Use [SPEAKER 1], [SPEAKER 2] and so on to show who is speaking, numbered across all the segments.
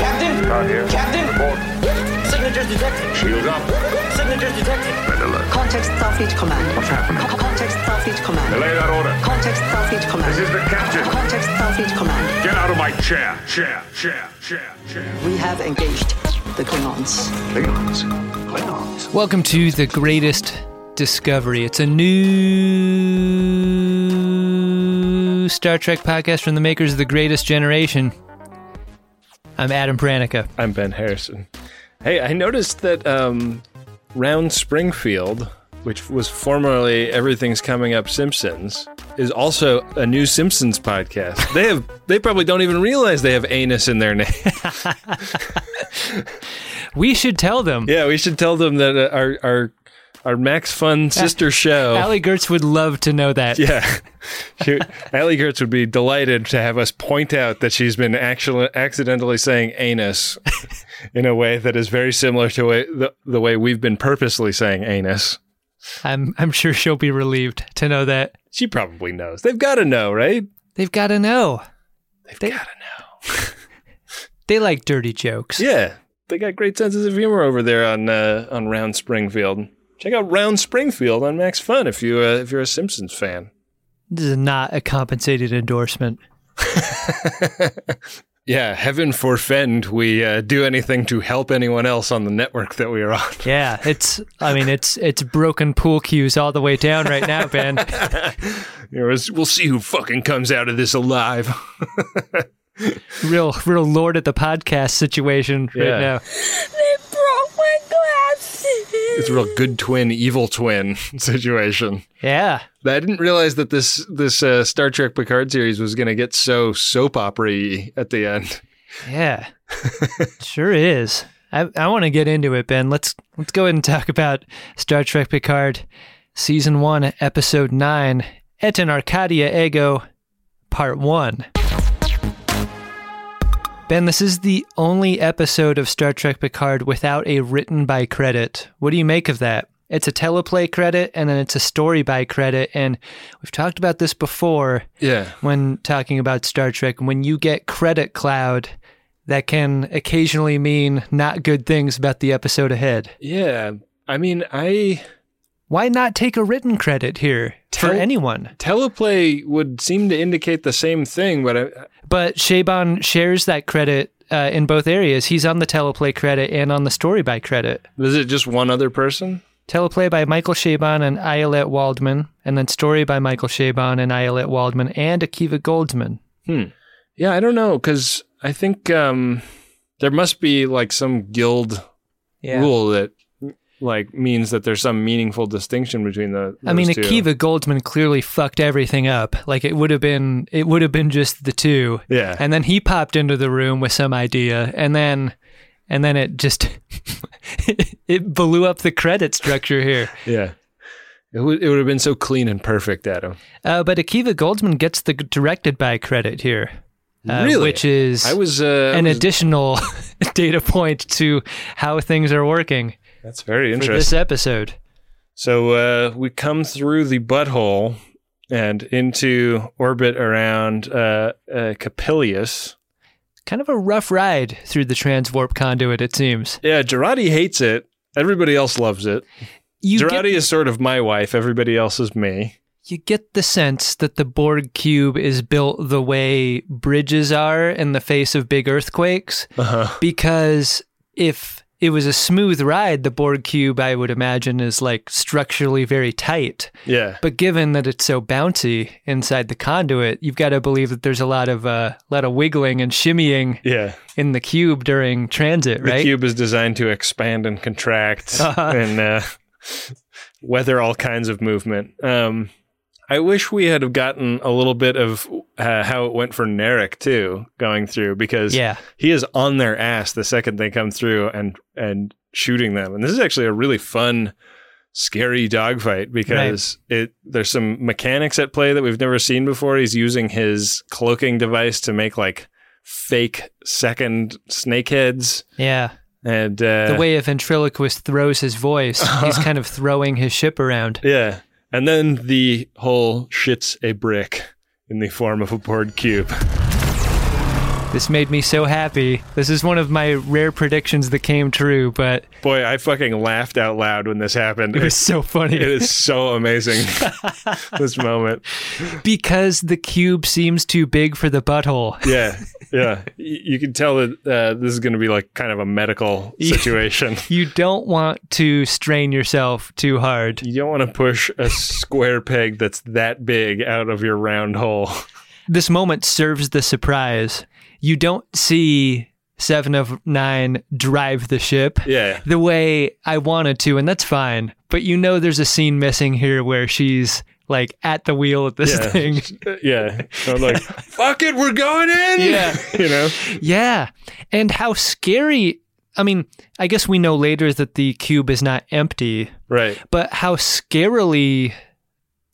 [SPEAKER 1] out here.
[SPEAKER 2] Captain?
[SPEAKER 1] Report.
[SPEAKER 2] Signatures detected.
[SPEAKER 1] Shields up.
[SPEAKER 2] Signatures detected.
[SPEAKER 1] Red alert.
[SPEAKER 3] Context Starfleet Command.
[SPEAKER 1] What's happening?
[SPEAKER 3] Co- Context Starfleet Command.
[SPEAKER 1] Delay that order.
[SPEAKER 3] Context Starfleet Command.
[SPEAKER 1] This is the captain.
[SPEAKER 3] Context Starfleet Command.
[SPEAKER 1] Get out of my chair. Chair, chair, chair, chair.
[SPEAKER 3] We have engaged the Klingons.
[SPEAKER 1] Klingons. Klingons.
[SPEAKER 4] Welcome to the greatest discovery. It's a new Star Trek podcast from the makers of the greatest generation. I'm Adam Pranica.
[SPEAKER 5] I'm Ben Harrison. Hey, I noticed that um, Round Springfield, which was formerly Everything's Coming Up Simpsons, is also a new Simpsons podcast. They have they probably don't even realize they have anus in their name.
[SPEAKER 4] We should tell them.
[SPEAKER 5] yeah, we should tell them that uh, our our our Max Fun sister show.
[SPEAKER 4] Allie Gertz would love to know that.
[SPEAKER 5] yeah, she, Allie Gertz would be delighted to have us point out that she's been actually accidentally saying anus in a way that is very similar to way, the, the way we've been purposely saying anus.
[SPEAKER 4] I'm I'm sure she'll be relieved to know that.
[SPEAKER 5] She probably knows. They've got to know, right?
[SPEAKER 4] They've got to know.
[SPEAKER 5] They've
[SPEAKER 4] They-
[SPEAKER 5] got to know.
[SPEAKER 4] They like dirty jokes.
[SPEAKER 5] Yeah, they got great senses of humor over there on uh, on Round Springfield. Check out Round Springfield on Max Fun if you uh, if you're a Simpsons fan.
[SPEAKER 4] This is not a compensated endorsement.
[SPEAKER 5] Yeah, heaven forfend we uh, do anything to help anyone else on the network that we are on.
[SPEAKER 4] Yeah, it's I mean it's it's broken pool cues all the way down right now, Ben.
[SPEAKER 5] You know, it's- we'll see who fucking comes out of this alive.
[SPEAKER 4] real real lord at the podcast situation right
[SPEAKER 5] Yeah.
[SPEAKER 4] now.
[SPEAKER 6] They broke my glasses.
[SPEAKER 5] It's a real good twin, evil twin situation.
[SPEAKER 4] Yeah.
[SPEAKER 5] I didn't realize that this this uh, Star Trek Picard series was going to get so soap opera at the end.
[SPEAKER 4] Yeah. sure is. I, I want to get into it, Ben. Let's let's go ahead and talk about Star Trek Picard season 1 episode 9 Et in Arcadia Ego part 1. Ben, this is the only episode of Star Trek Picard without a written by credit. What do you make of that? It's a teleplay credit and then it's a story by credit and we've talked about this before.
[SPEAKER 5] Yeah.
[SPEAKER 4] when talking about Star Trek, when you get credit cloud, that can occasionally mean not good things about the episode ahead.
[SPEAKER 5] Yeah. I mean, I
[SPEAKER 4] Why not take a written credit here for
[SPEAKER 5] Tell-
[SPEAKER 4] anyone?
[SPEAKER 5] teleplay would seem to indicate the same thing, but I,
[SPEAKER 4] But Shaban shares that credit uh, in both areas. He's on the teleplay credit and on the story by credit.
[SPEAKER 5] is it just one other person?
[SPEAKER 4] Teleplay by Michael Shaban and Ayelet Waldman, and then story by Michael Shaban and Ayelet Waldman and Akiva Goldsman.
[SPEAKER 5] Yeah, I don't know because I think um, there must be like some guild rule that like means that there's some meaningful distinction between the.
[SPEAKER 4] I mean,
[SPEAKER 5] those two.
[SPEAKER 4] Akiva Goldsman clearly fucked everything up. Like it would have been, it would have been just the two.
[SPEAKER 5] Yeah.
[SPEAKER 4] And then he popped into the room with some idea, and then, and then it just, it blew up the credit structure here.
[SPEAKER 5] yeah. It would it would have been so clean and perfect, Adam.
[SPEAKER 4] Uh, but Akiva Goldsman gets the directed by credit here, uh,
[SPEAKER 5] Really?
[SPEAKER 4] which is
[SPEAKER 5] I was uh, I
[SPEAKER 4] an
[SPEAKER 5] was-
[SPEAKER 4] additional data point to how things are working
[SPEAKER 5] that's very
[SPEAKER 4] for
[SPEAKER 5] interesting.
[SPEAKER 4] this episode.
[SPEAKER 5] So uh, we come through the butthole and into orbit around uh, uh, Capilius.
[SPEAKER 4] Kind of a rough ride through the transwarp conduit, it seems.
[SPEAKER 5] Yeah, Gerardi hates it. Everybody else loves it.
[SPEAKER 4] You get-
[SPEAKER 5] Gerardi is sort of my wife. Everybody else is me.
[SPEAKER 4] you get the sense that the Borg cube is built the way bridges are in the face of big earthquakes
[SPEAKER 5] Uh-huh.
[SPEAKER 4] because if it was a smooth ride the Borg cube I would imagine is like structurally very tight
[SPEAKER 5] Yeah.
[SPEAKER 4] but given that it's so bouncy inside the conduit you've got to believe that there's a lot of uh, lot of wiggling and shimmying
[SPEAKER 5] Yeah.
[SPEAKER 4] in the cube during transit
[SPEAKER 5] The
[SPEAKER 4] right Uh-huh.
[SPEAKER 5] cube is designed to expand and contract and uh, weather all kinds of movement. Um, I wish we had have gotten a little bit of uh, how it went for Narek too, going through because
[SPEAKER 4] Yeah.
[SPEAKER 5] he is on their ass the second they come through and and shooting them. And this is actually a really fun, scary dogfight because it there's some mechanics at play that we've never seen before. He's using his cloaking device to make like fake second snakeheads
[SPEAKER 4] yeah
[SPEAKER 5] and uh,
[SPEAKER 4] the way a ventriloquist throws his voice he's kind of throwing his ship around
[SPEAKER 5] yeah, and then the whole shits a brick in the form of a board cube.
[SPEAKER 4] This made me so happy. This is one of my rare predictions that came true, but
[SPEAKER 5] Boy, I fucking laughed out loud when this happened.
[SPEAKER 4] it was so funny.
[SPEAKER 5] it is so amazing. this moment.
[SPEAKER 4] because the cube seems too big for the butthole.
[SPEAKER 5] Yeah. Yeah. Y- You can tell that uh, this is going to be like kind of a medical
[SPEAKER 4] Yeah.
[SPEAKER 5] situation.
[SPEAKER 4] You don't want to strain yourself too hard.
[SPEAKER 5] You don't want to push a square peg that's that big out of your round hole.
[SPEAKER 4] This moment serves the surprise. You don't see Seven of Nine drive the ship
[SPEAKER 5] Yeah.
[SPEAKER 4] the way I wanted to, and that's fine. But you know, there's a scene missing here where she's like at the wheel of this
[SPEAKER 5] Yeah.
[SPEAKER 4] thing.
[SPEAKER 5] Yeah. I'm like, fuck it, we're going in.
[SPEAKER 4] Yeah.
[SPEAKER 5] You know?
[SPEAKER 4] Yeah. And how scary. I mean, I guess we know later that the cube is not empty,
[SPEAKER 5] Right.
[SPEAKER 4] but how scarily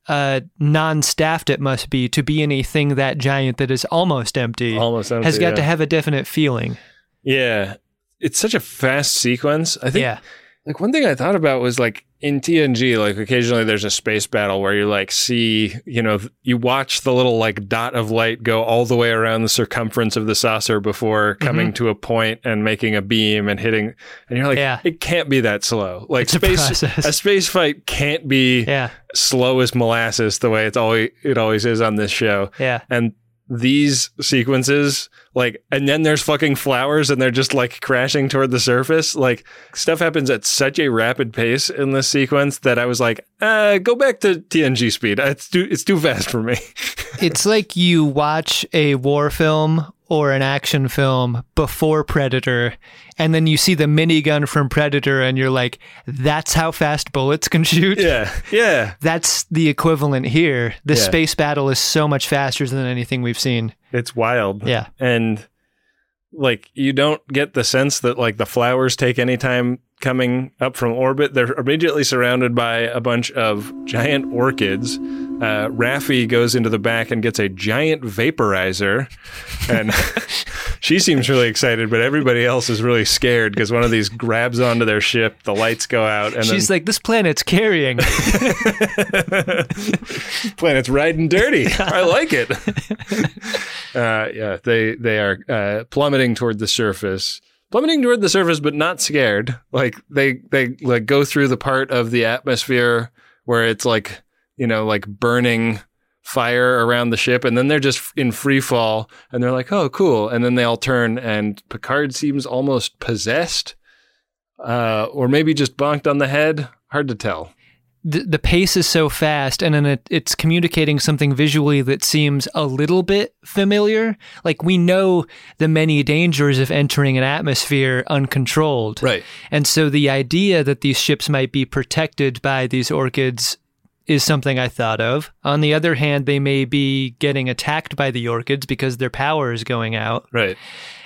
[SPEAKER 4] uh, non-staffed it must be to be anything that giant that is almost empty.
[SPEAKER 5] Almost empty,
[SPEAKER 4] has got
[SPEAKER 5] yeah.
[SPEAKER 4] to have a definite feeling.
[SPEAKER 5] Yeah. It's such a fast sequence. I think
[SPEAKER 4] yeah,
[SPEAKER 5] like one thing I thought about was like in TNG, like occasionally there's a space battle where you like see, you know, you watch the little like dot of light go all the way around the circumference of the saucer before
[SPEAKER 4] Mm-hmm.
[SPEAKER 5] coming to a point and making a beam and hitting, and you're like,
[SPEAKER 4] Yeah.
[SPEAKER 5] it can't be that slow. Like
[SPEAKER 4] It's a
[SPEAKER 5] space,
[SPEAKER 4] process.
[SPEAKER 5] a space fight can't be
[SPEAKER 4] yeah,
[SPEAKER 5] slow as molasses the way it's always it always is on this show.
[SPEAKER 4] yeah.
[SPEAKER 5] And these sequences, like, and then there's fucking flowers and they're just like crashing toward the surface. Like, stuff happens at such a rapid pace in this sequence that I was like, uh, go back to TNG speed. It's too, it's too fast for me.
[SPEAKER 4] it's like you watch a war film or an action film before Predator, and then you see the minigun from Predator, and you're like, "That's how fast bullets can shoot."
[SPEAKER 5] yeah. Yeah.
[SPEAKER 4] That's the equivalent here. The
[SPEAKER 5] Yeah.
[SPEAKER 4] space battle is so much faster than anything we've seen.
[SPEAKER 5] It's wild.
[SPEAKER 4] Yeah.
[SPEAKER 5] And like you don't get the sense that like the flowers take any time coming up from orbit. They're immediately surrounded by a bunch of giant orchids. Uh, Raffi goes into the back and gets a giant vaporizer, and she seems really excited, but everybody else is really scared because one of these grabs onto their ship. The lights go out, and
[SPEAKER 4] She's
[SPEAKER 5] then
[SPEAKER 4] like, "This planet's carrying."
[SPEAKER 5] planet's riding dirty. I like it. uh, yeah, they they are uh, plummeting toward the surface, plummeting toward the surface, but not scared. Like they they like go through the part of the atmosphere where it's like you know like burning fire around the ship and then they're just in free fall and they're like oh cool and then they all turn and picard seems almost possessed uh, or maybe just bonked on the head hard to tell
[SPEAKER 4] the, the pace is so fast and then it, it's communicating something visually that seems a little bit familiar like we know the many dangers of entering an atmosphere uncontrolled
[SPEAKER 5] right
[SPEAKER 4] and so the idea that these ships might be protected by these orchids is something I thought of. On the other hand, they may be getting attacked by the orchids because their power is going out
[SPEAKER 5] right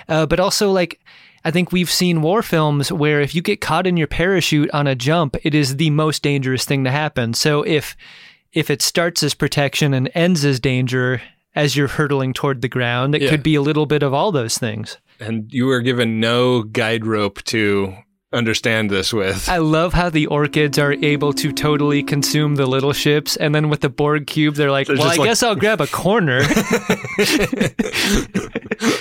[SPEAKER 4] uh, but also like I think we've seen war films where if you get caught in your parachute on a jump, it is the most dangerous thing to happen. So if if it starts as protection and ends as danger as you're hurtling toward the ground, it
[SPEAKER 5] Yeah.
[SPEAKER 4] could be a little bit of all those things.
[SPEAKER 5] and you were given no guide rope to understand this with.
[SPEAKER 4] I love how the orchids are able to totally consume the little ships, and then with the Borg cube, they're like,
[SPEAKER 5] They're
[SPEAKER 4] "Well, I
[SPEAKER 5] just like-
[SPEAKER 4] guess I'll grab a corner."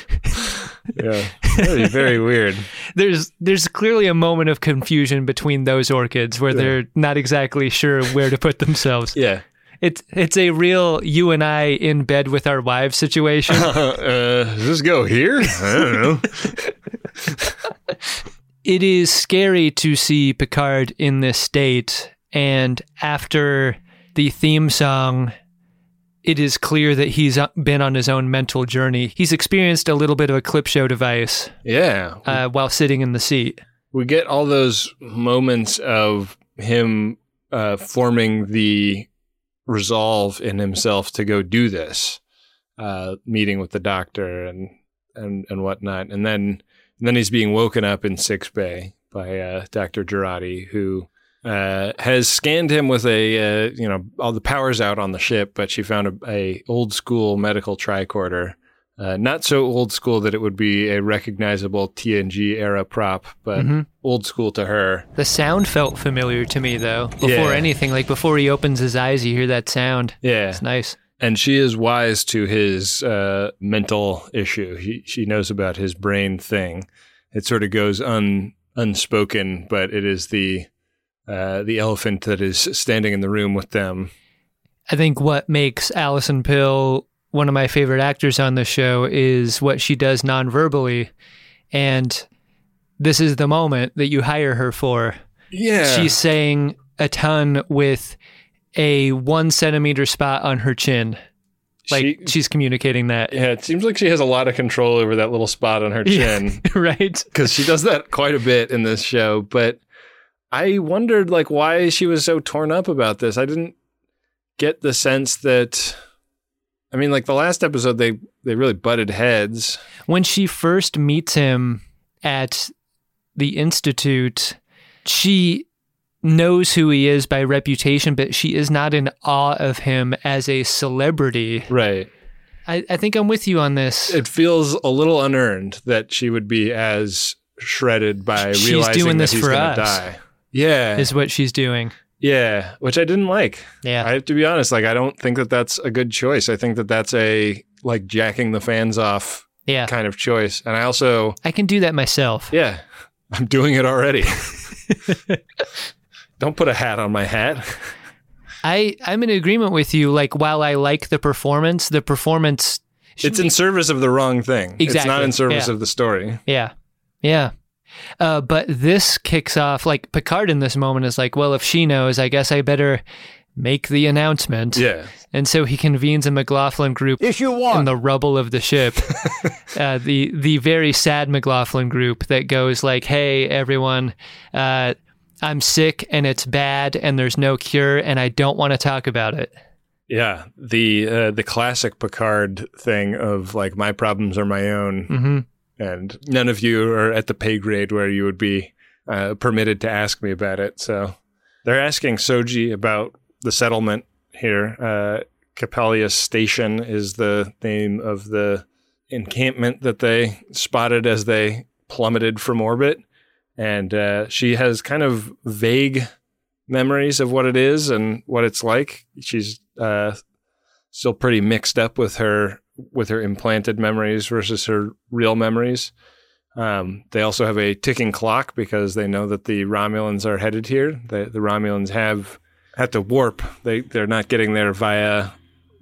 [SPEAKER 5] yeah, that'd be very weird.
[SPEAKER 4] there's there's clearly a moment of confusion between those orchids where they're not exactly sure where to put themselves.
[SPEAKER 5] Yeah,
[SPEAKER 4] It's it's a real you and I in bed with our wives situation.
[SPEAKER 5] uh, uh, does this go here? I don't know.
[SPEAKER 4] it is scary to see Picard in this state, and after the theme song, it is clear that he's uh, been on his own mental journey. He's experienced a little bit of a clip show device
[SPEAKER 5] Yeah,
[SPEAKER 4] uh, while sitting in the seat.
[SPEAKER 5] we get all those moments of him uh, forming the resolve in himself to go do this, uh, meeting with the doctor and and and whatnot, and then and then he's being woken up in sick bay by uh, Doctor Girardi, who uh, has scanned him with a uh, you know all the powers out on the ship, but she found a, a old school medical tricorder. Uh, not so old school that it would be a recognizable TNG era prop, but
[SPEAKER 4] Mm-hmm.
[SPEAKER 5] old school to her.
[SPEAKER 4] The sound felt familiar to me though. Before
[SPEAKER 5] Yeah.
[SPEAKER 4] anything, like before he opens his eyes, you hear that sound.
[SPEAKER 5] Yeah.
[SPEAKER 4] It's nice.
[SPEAKER 5] and she is wise to his uh, mental issue. He, she knows about his brain thing. It sort of goes un, unspoken, but it is the uh, the elephant that is standing in the room with them.
[SPEAKER 4] I think what makes Allison Pill one of my favorite actors on the show is what she does non-verbally, and this is the moment that you hire her for.
[SPEAKER 5] Yeah,
[SPEAKER 4] She's saying a ton with a one centimeter spot on her chin. Like
[SPEAKER 5] She-
[SPEAKER 4] she's communicating that,
[SPEAKER 5] yeah. It seems like she has a lot of control over that little spot on her
[SPEAKER 4] Yeah.
[SPEAKER 5] chin.
[SPEAKER 4] right?
[SPEAKER 5] because she does that quite a bit in this show. But I wondered like why she was so torn up about this. I didn't get the sense that I mean, like the last episode they they really butted heads.
[SPEAKER 4] when she first meets him at the institute, she knows who he is by reputation, but she is not in awe of him as a celebrity.
[SPEAKER 5] Right.
[SPEAKER 4] I, I think I'm with you on this.
[SPEAKER 5] It feels a little unearned that she would be as shredded by
[SPEAKER 4] She's
[SPEAKER 5] realizing
[SPEAKER 4] doing this
[SPEAKER 5] that he's
[SPEAKER 4] for
[SPEAKER 5] gonna
[SPEAKER 4] us.
[SPEAKER 5] die. Yeah.
[SPEAKER 4] Is what she's doing.
[SPEAKER 5] yeah. Which I didn't like.
[SPEAKER 4] Yeah.
[SPEAKER 5] I have to be honest, like I don't think that that's a good choice. I think that that's a like jacking the fans off
[SPEAKER 4] yeah.
[SPEAKER 5] kind of choice. And I also
[SPEAKER 4] I can do that myself.
[SPEAKER 5] Yeah, I'm doing it already. Don't put a hat on my hat.
[SPEAKER 4] I, I'm in agreement with you. Like, while I like the performance, the performance.
[SPEAKER 5] It's in service of the wrong thing. It's not
[SPEAKER 4] Exactly,
[SPEAKER 5] in service
[SPEAKER 4] yeah.
[SPEAKER 5] of the story.
[SPEAKER 4] Yeah. Yeah. Uh, but this kicks off like Picard in this moment is like, well, if she knows, I guess I better make the announcement.
[SPEAKER 5] Yeah.
[SPEAKER 4] And so he convenes a McLaughlin group
[SPEAKER 7] Issue
[SPEAKER 4] in
[SPEAKER 7] one.
[SPEAKER 4] the rubble of the ship. uh, the the very sad McLaughlin group that goes like, "Hey, everyone, uh, I'm sick and it's bad and there's no cure and I don't want to talk about it."
[SPEAKER 5] Yeah. The uh, the classic Picard thing of like my problems are my own
[SPEAKER 4] hmm
[SPEAKER 5] and none of you are at the pay grade where you would be uh, permitted to ask me about it. So they're asking Soji about the settlement here. Uh, Capellia Station is the name of the encampment that they spotted as they plummeted from orbit. And uh, she has kind of vague memories of what it is and what it's like. She's uh, still pretty mixed up with her with her implanted memories versus her real memories. Um, they also have a ticking clock because they know that the Romulans are headed here. The, the Romulans have had to warp. They they're not getting there via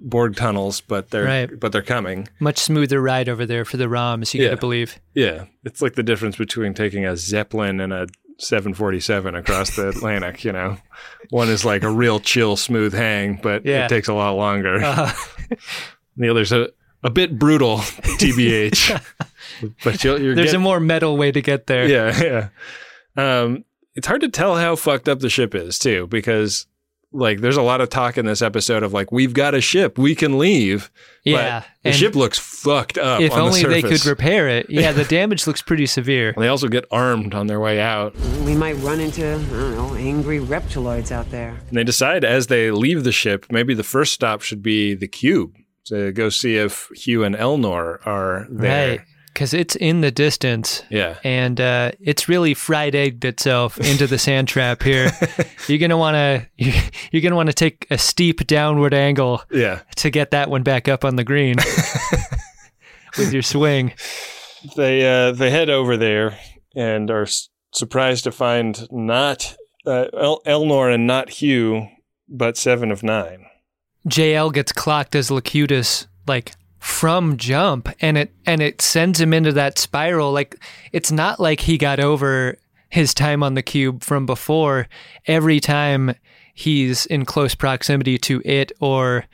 [SPEAKER 5] Borg tunnels, but they're
[SPEAKER 4] Right.
[SPEAKER 5] but they're coming.
[SPEAKER 4] Much smoother ride over there for the ROMs, you
[SPEAKER 5] Yeah.
[SPEAKER 4] gotta believe.
[SPEAKER 5] Yeah, it's like the difference between taking a Zeppelin and a 747 across the Atlantic. You know, one is like a real chill, smooth hang, but
[SPEAKER 4] Yeah.
[SPEAKER 5] it takes a lot longer.
[SPEAKER 4] Uh,
[SPEAKER 5] The other's a, a bit brutal, tbh. but you'll, you're
[SPEAKER 4] there's a
[SPEAKER 5] getting,
[SPEAKER 4] more metal way to get there.
[SPEAKER 5] yeah, yeah. Um, it's hard to tell how fucked up the ship is too, because like there's a lot of talk in this episode of like we've got a ship, we can leave. But
[SPEAKER 4] Yeah,
[SPEAKER 5] the
[SPEAKER 4] and
[SPEAKER 5] ship looks fucked up.
[SPEAKER 4] if
[SPEAKER 5] on
[SPEAKER 4] only
[SPEAKER 5] the
[SPEAKER 4] they
[SPEAKER 5] surface.
[SPEAKER 4] could repair it. Yeah, the damage looks pretty severe.
[SPEAKER 5] they also get armed on their way out.
[SPEAKER 8] We might run into, I don't know, angry reptiloids out there.
[SPEAKER 5] And they decide as they leave the ship, maybe the first stop should be the cube to go see if Hugh and Elnor are there.
[SPEAKER 4] Right. Because it's in the distance.
[SPEAKER 5] Yeah.
[SPEAKER 4] and uh, it's really fried egged itself into the sand trap here. You're gonna want to you're, you're gonna want to take a steep downward angle
[SPEAKER 5] Yeah.
[SPEAKER 4] to get that one back up on the green with your swing.
[SPEAKER 5] They uh, they head over there and are s- surprised to find not uh, El- Elnor and not Hugh, but seven of nine.
[SPEAKER 4] JL gets clocked as Locutus like from jump, and it and it sends him into that spiral. Like it's not like he got over his time on the cube from before. Every time he's in close proximity to it or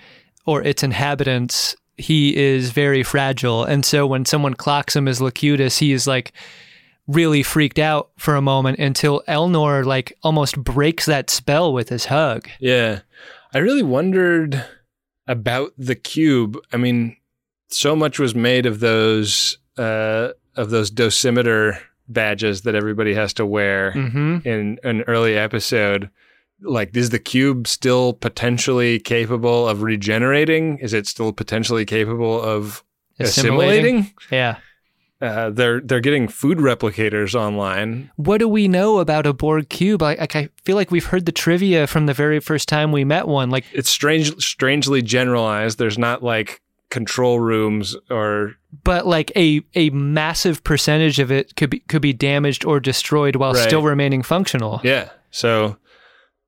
[SPEAKER 4] or its inhabitants, he is very fragile. And so when someone clocks him as Locutus, he is like really freaked out for a moment until Elnor like almost breaks that spell with his hug.
[SPEAKER 5] Yeah. I really wondered about the cube. I mean, so much was made of those uh, of those dosimeter badges that everybody has to wear
[SPEAKER 4] Mm-hmm.
[SPEAKER 5] in an early episode. Like, is the cube still potentially capable of regenerating? Is it still potentially capable of assimilating?
[SPEAKER 4] Yeah.
[SPEAKER 5] uh, they're they're getting food replicators online.
[SPEAKER 4] What do we know about a Borg cube? Like, like I feel like we've heard the trivia from the very first time we met one. Like,
[SPEAKER 5] It's strange, strangely generalized. There's not like control rooms or
[SPEAKER 4] but like a a massive percentage of it could be could be damaged or destroyed while
[SPEAKER 5] Right.
[SPEAKER 4] still remaining functional.
[SPEAKER 5] yeah. So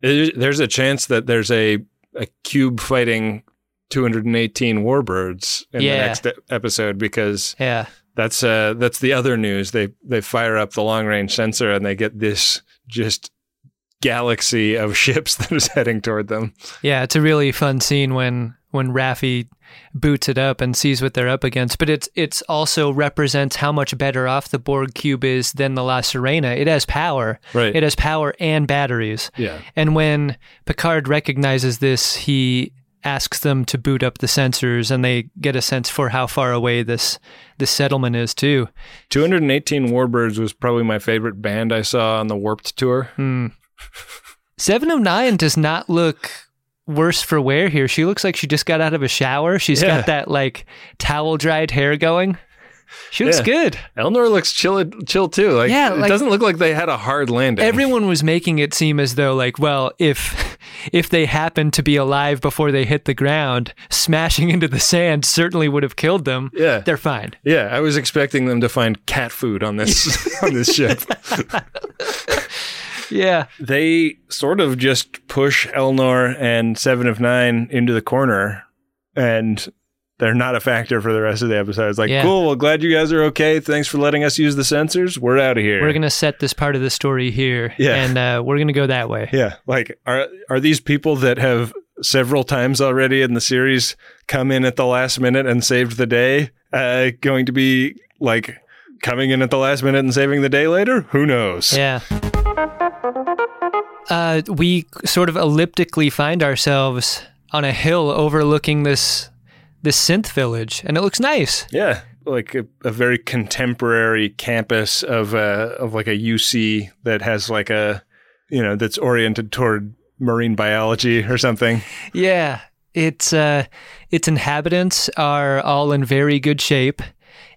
[SPEAKER 5] it, there's a chance that there's a a cube fighting 218 warbirds in
[SPEAKER 4] Yeah.
[SPEAKER 5] the next e- episode because
[SPEAKER 4] Yeah.
[SPEAKER 5] that's uh that's the other news. They they fire up the long range sensor and they get this just galaxy of ships that is heading toward them.
[SPEAKER 4] Yeah, it's a really fun scene when when Raffi boots it up and sees what they're up against. But it's it's also represents how much better off the Borg cube is than the La Serena. It has power.
[SPEAKER 5] Right.
[SPEAKER 4] It has power and batteries.
[SPEAKER 5] Yeah.
[SPEAKER 4] And when Picard recognizes this, he asks them to boot up the sensors and they get a sense for how far away this this settlement is too.
[SPEAKER 5] 218 Warbirds was probably my favorite band I saw on the Warped tour.
[SPEAKER 4] Hmm. 709 does not look worse for wear here. She looks like she just got out of a shower. She's
[SPEAKER 5] Yeah.
[SPEAKER 4] got that like towel dried hair going. She looks
[SPEAKER 5] Yeah.
[SPEAKER 4] good.
[SPEAKER 5] Elnor looks chill, chill too. Like,
[SPEAKER 4] Yeah,
[SPEAKER 5] it
[SPEAKER 4] like-
[SPEAKER 5] doesn't look like they had a hard landing.
[SPEAKER 4] Everyone was making it seem as though like, well, if if they happened to be alive before they hit the ground, smashing into the sand certainly would have killed them.
[SPEAKER 5] Yeah.
[SPEAKER 4] They're fine.
[SPEAKER 5] yeah, I was expecting them to find cat food on this on this ship.
[SPEAKER 4] Yeah.
[SPEAKER 5] They sort of just push Elnor and Seven of Nine into the corner, and they're not a factor for the rest of the episode. It's like,
[SPEAKER 4] Yeah.
[SPEAKER 5] cool. Well, glad you guys are okay. Thanks for letting us use the sensors. We're out of here.
[SPEAKER 4] We're going to set this part of the story here
[SPEAKER 5] Yeah.
[SPEAKER 4] and uh, we're going to go that way.
[SPEAKER 5] Yeah, like are are these people that have several times already in the series come in at the last minute and saved the day uh, going to be like coming in at the last minute and saving the day later? Who knows?
[SPEAKER 4] Yeah. Uh, we sort of elliptically find ourselves on a hill overlooking this this synth village, and it looks nice.
[SPEAKER 5] Yeah, like a, a very contemporary campus of uh, of like a UC that has like a you know that's oriented toward marine biology or something.
[SPEAKER 4] Yeah, it's uh, its inhabitants are all in very good shape.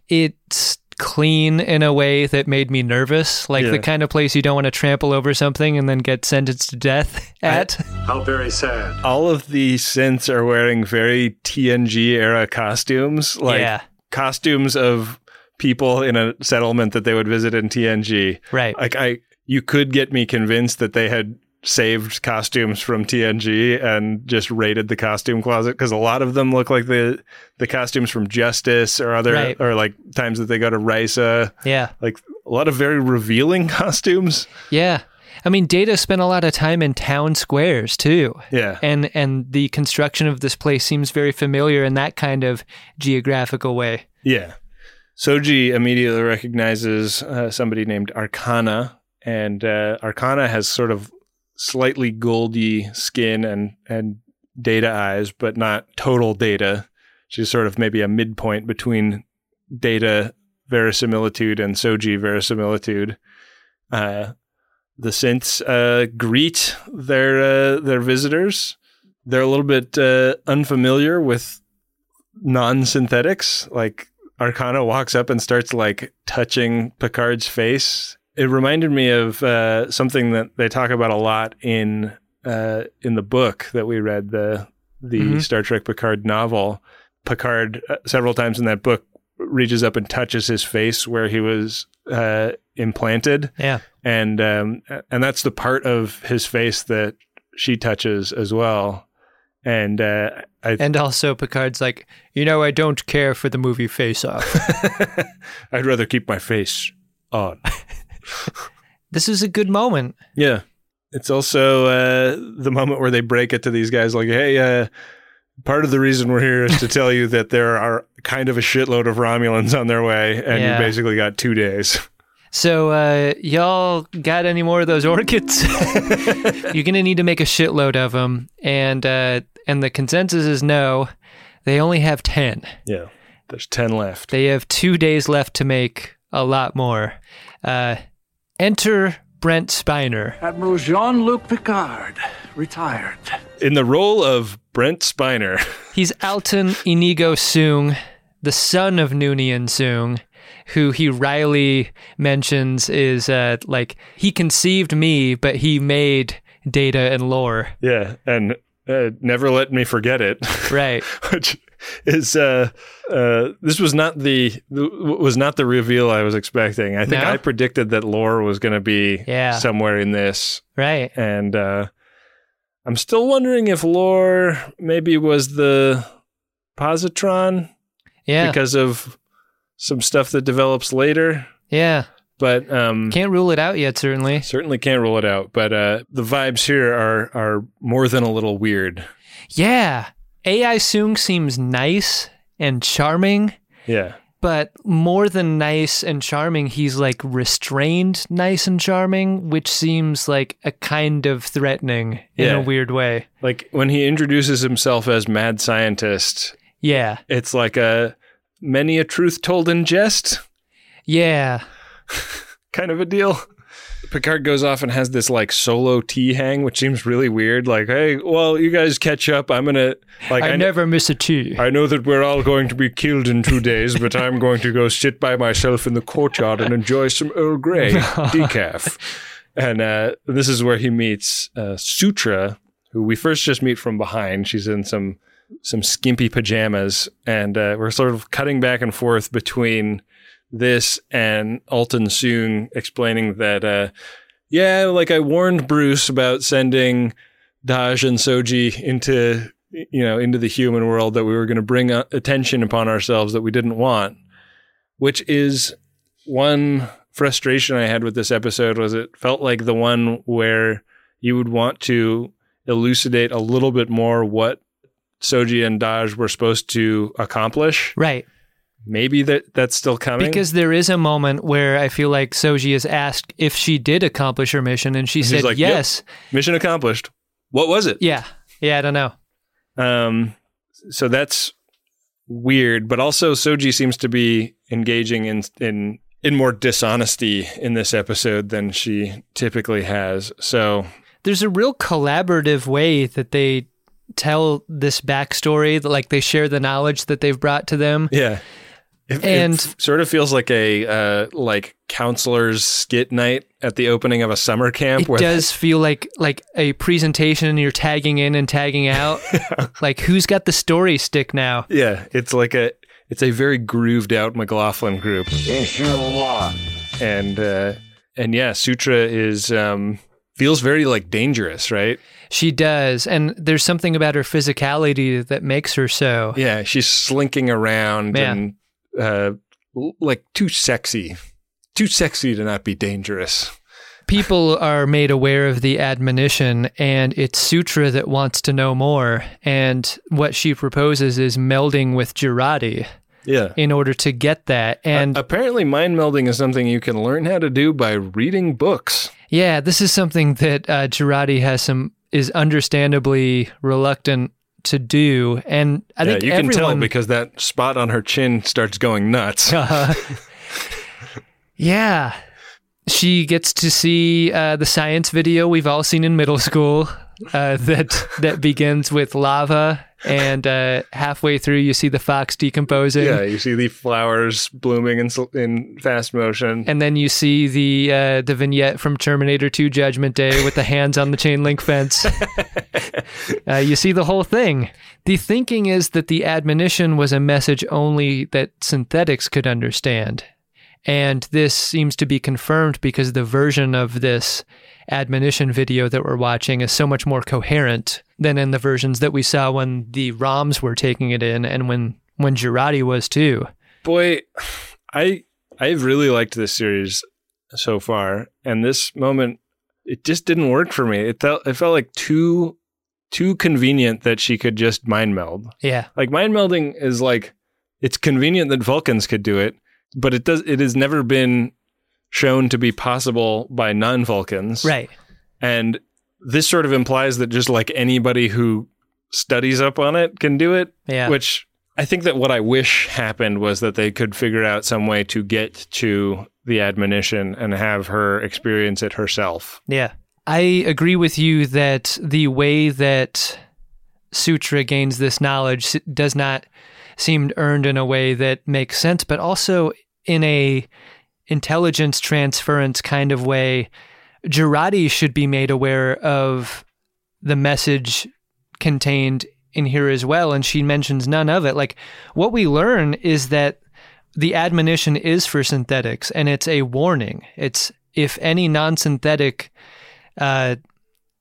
[SPEAKER 4] It's clean in a way that made me nervous, like
[SPEAKER 5] Yeah.
[SPEAKER 4] the kind of place you don't want to trample over something and then get sentenced to death at.
[SPEAKER 1] How very sad.
[SPEAKER 5] all of the synths are wearing very TNG era costumes, like
[SPEAKER 4] Yeah.
[SPEAKER 5] costumes of people in a settlement that they would visit in TNG.
[SPEAKER 4] Right.
[SPEAKER 5] Like I, you could get me convinced that they had saved costumes from TNG and just raided the costume closet because a lot of them look like the the costumes from Justice or other
[SPEAKER 4] Right.
[SPEAKER 5] or like times that they go to Risa.
[SPEAKER 4] yeah.
[SPEAKER 5] Like a lot of very revealing costumes.
[SPEAKER 4] Yeah. I mean, Data spent a lot of time in town squares too.
[SPEAKER 5] Yeah.
[SPEAKER 4] And and the construction of this place seems very familiar in that kind of geographical way.
[SPEAKER 5] Yeah. Soji immediately recognizes uh, somebody named Arcana, and uh, Arcana has sort of slightly goldy skin and and data eyes, but not total data. She's sort of maybe a midpoint between data verisimilitude and Soji verisimilitude. Uh, the synths uh, greet their uh, their visitors. They're a little bit uh, unfamiliar with non-synthetics. Like Arcana walks up and starts like touching Picard's face. It reminded me of uh, something that they talk about a lot in uh, in the book that we read the the Star Trek Picard novel. Picard uh, several times in that book reaches up and touches his face where he was uh, implanted,
[SPEAKER 4] Yeah.
[SPEAKER 5] and um, and that's the part of his face that she touches as well. And uh, I
[SPEAKER 4] And also Picard's like, you know, I don't care for the movie Face Off.
[SPEAKER 5] I'd rather keep my face on.
[SPEAKER 4] this is a good moment.
[SPEAKER 5] Yeah. It's also uh, the moment where they break it to these guys like, hey, uh, part of the reason we're here is to tell you that there are kind of a shitload of Romulans on their way, and
[SPEAKER 4] Yeah.
[SPEAKER 5] you basically got two days.
[SPEAKER 4] So uh, y'all got any more of those orchids? You're gonna need to make a shitload of them, and uh, and the consensus is no. They only have ten.
[SPEAKER 5] Yeah. There's 10 left.
[SPEAKER 4] They have two days left to make a lot more. Uh, enter Brent Spiner.
[SPEAKER 1] Admiral Jean Luc Picard, retired.
[SPEAKER 5] In the role of Brent Spiner.
[SPEAKER 4] He's Alton Inigo Sung, the son of Noonien Sung, who he wryly mentions is uh, like he conceived me, but he made data and lore.
[SPEAKER 5] Yeah, and uh, never let me forget it.
[SPEAKER 4] Right.
[SPEAKER 5] which is uh, uh, this was not the th- was not the reveal I was expecting. I think
[SPEAKER 4] No?
[SPEAKER 5] I predicted that Lore was going to be
[SPEAKER 4] Yeah.
[SPEAKER 5] somewhere in this,
[SPEAKER 4] Right.
[SPEAKER 5] and uh, I'm still wondering if Lore maybe was the positron
[SPEAKER 4] Yeah.
[SPEAKER 5] because of some stuff that develops later,
[SPEAKER 4] yeah.
[SPEAKER 5] but um,
[SPEAKER 4] Can't rule it out yet, certainly.
[SPEAKER 5] certainly can't rule it out. But uh, the vibes here are are more than a little weird.
[SPEAKER 4] Yeah. AI Sung seems nice and charming,
[SPEAKER 5] Yeah.
[SPEAKER 4] but more than nice and charming, he's like restrained nice and charming, which seems like a kind of threatening in
[SPEAKER 5] Yeah.
[SPEAKER 4] a weird way.
[SPEAKER 5] Like when he introduces himself as mad scientist,
[SPEAKER 4] Yeah.
[SPEAKER 5] it's like a many a truth told in jest
[SPEAKER 4] Yeah.
[SPEAKER 5] kind of a deal. Picard goes off and has this like solo tea hang, which seems really weird. Like, hey, well, you guys catch up. I'm gonna like
[SPEAKER 4] I,
[SPEAKER 5] I, kn-
[SPEAKER 4] never miss a tea.
[SPEAKER 5] I know that we're all going to be killed in two days, but I'm going to go sit by myself in the courtyard and enjoy some Earl Grey decaf. And uh, this is where he meets uh, Sutra, who we first just meet from behind. She's in some some skimpy pajamas, and uh, we're sort of cutting back and forth between this and Alton Soon explaining that, uh, yeah, like I warned Bruce about sending Daj and Soji into you know into the human world that we were going to bring uh, attention upon ourselves that we didn't want, which is one frustration I had with this episode was it felt like the one where you would want to elucidate a little bit more what Soji and Daj were supposed to accomplish.
[SPEAKER 4] Right.
[SPEAKER 5] Maybe that that's still coming.
[SPEAKER 4] Because there is a moment where I feel like Soji is asked if she did accomplish her mission, and she
[SPEAKER 5] she's
[SPEAKER 4] said
[SPEAKER 5] like, "Yep."
[SPEAKER 4] yes.
[SPEAKER 5] mission accomplished. What was it?
[SPEAKER 4] Yeah. Yeah. I don't know.
[SPEAKER 5] Um, so that's weird, but also Soji seems to be engaging in in in more dishonesty in this episode than she typically has. So
[SPEAKER 4] there's a real collaborative way that they tell this backstory that like they share the knowledge that they've brought to them
[SPEAKER 5] yeah, it,
[SPEAKER 4] And-
[SPEAKER 5] it f- sort of feels like a uh, like counselor's skit night at the opening of a summer camp.
[SPEAKER 4] it does feel like like a presentation you're tagging in and tagging out like who's got the story stick now
[SPEAKER 5] Yeah, it's like a it's a very grooved out McLaughlin group. And uh, and yeah, Sutra is um, feels very like dangerous, right?
[SPEAKER 4] she does and there's something about her physicality that makes her so
[SPEAKER 5] Yeah, she's slinking around
[SPEAKER 4] Yeah.
[SPEAKER 5] and uh, l- like too sexy, too sexy to not be dangerous.
[SPEAKER 4] people are made aware of the admonition and it's sutra that wants to know more and what she proposes is melding with Girardi
[SPEAKER 5] Yeah.
[SPEAKER 4] in order to get that and
[SPEAKER 5] Apparently, mind melding is something you can learn how to do by reading books.
[SPEAKER 4] Yeah, this is something that uh, Girardi has some is understandably reluctant to do, and I think
[SPEAKER 5] yeah, you
[SPEAKER 4] everyone,
[SPEAKER 5] can tell because that spot on her chin starts going nuts.
[SPEAKER 4] yeah, she gets to see uh, the science video we've all seen in middle school uh, that that begins with lava, and uh, halfway through you see the fox decomposing.
[SPEAKER 5] yeah, you see the flowers blooming in, sl- in fast motion.
[SPEAKER 4] And then you see the uh, the vignette from Terminator 2 Judgment Day with the hands on the chain link fence. uh, you see the whole thing. The thinking is that the admonition was a message only that synthetics could understand. And this seems to be confirmed because the version of this admonition video that we're watching is so much more coherent than in the versions that we saw when the ROMs were taking it in and when, when Girardi was too.
[SPEAKER 5] boy i i've really liked this series so far and this moment it just didn't work for me it felt it felt like too too convenient that she could just mind meld
[SPEAKER 4] Yeah.
[SPEAKER 5] like mind melding is like it's convenient that vulcans could do it but it does it has never been shown to be possible by non-vulcans
[SPEAKER 4] Right.
[SPEAKER 5] and this sort of implies that just like anybody who studies up on it can do it.
[SPEAKER 4] Yeah.
[SPEAKER 5] Which I think that what I wish happened was that they could figure out some way to get to the admonition and have her experience it herself.
[SPEAKER 4] Yeah. I agree with you that the way that Sutra gains this knowledge s- does not seem earned in a way that makes sense, but also in a intelligence transference kind of way, Girardi should be made aware of the message contained in here as well, and she mentions none of it. Like what we learn is that the admonition is for synthetics, and it's a warning. It's if any non-synthetic uh,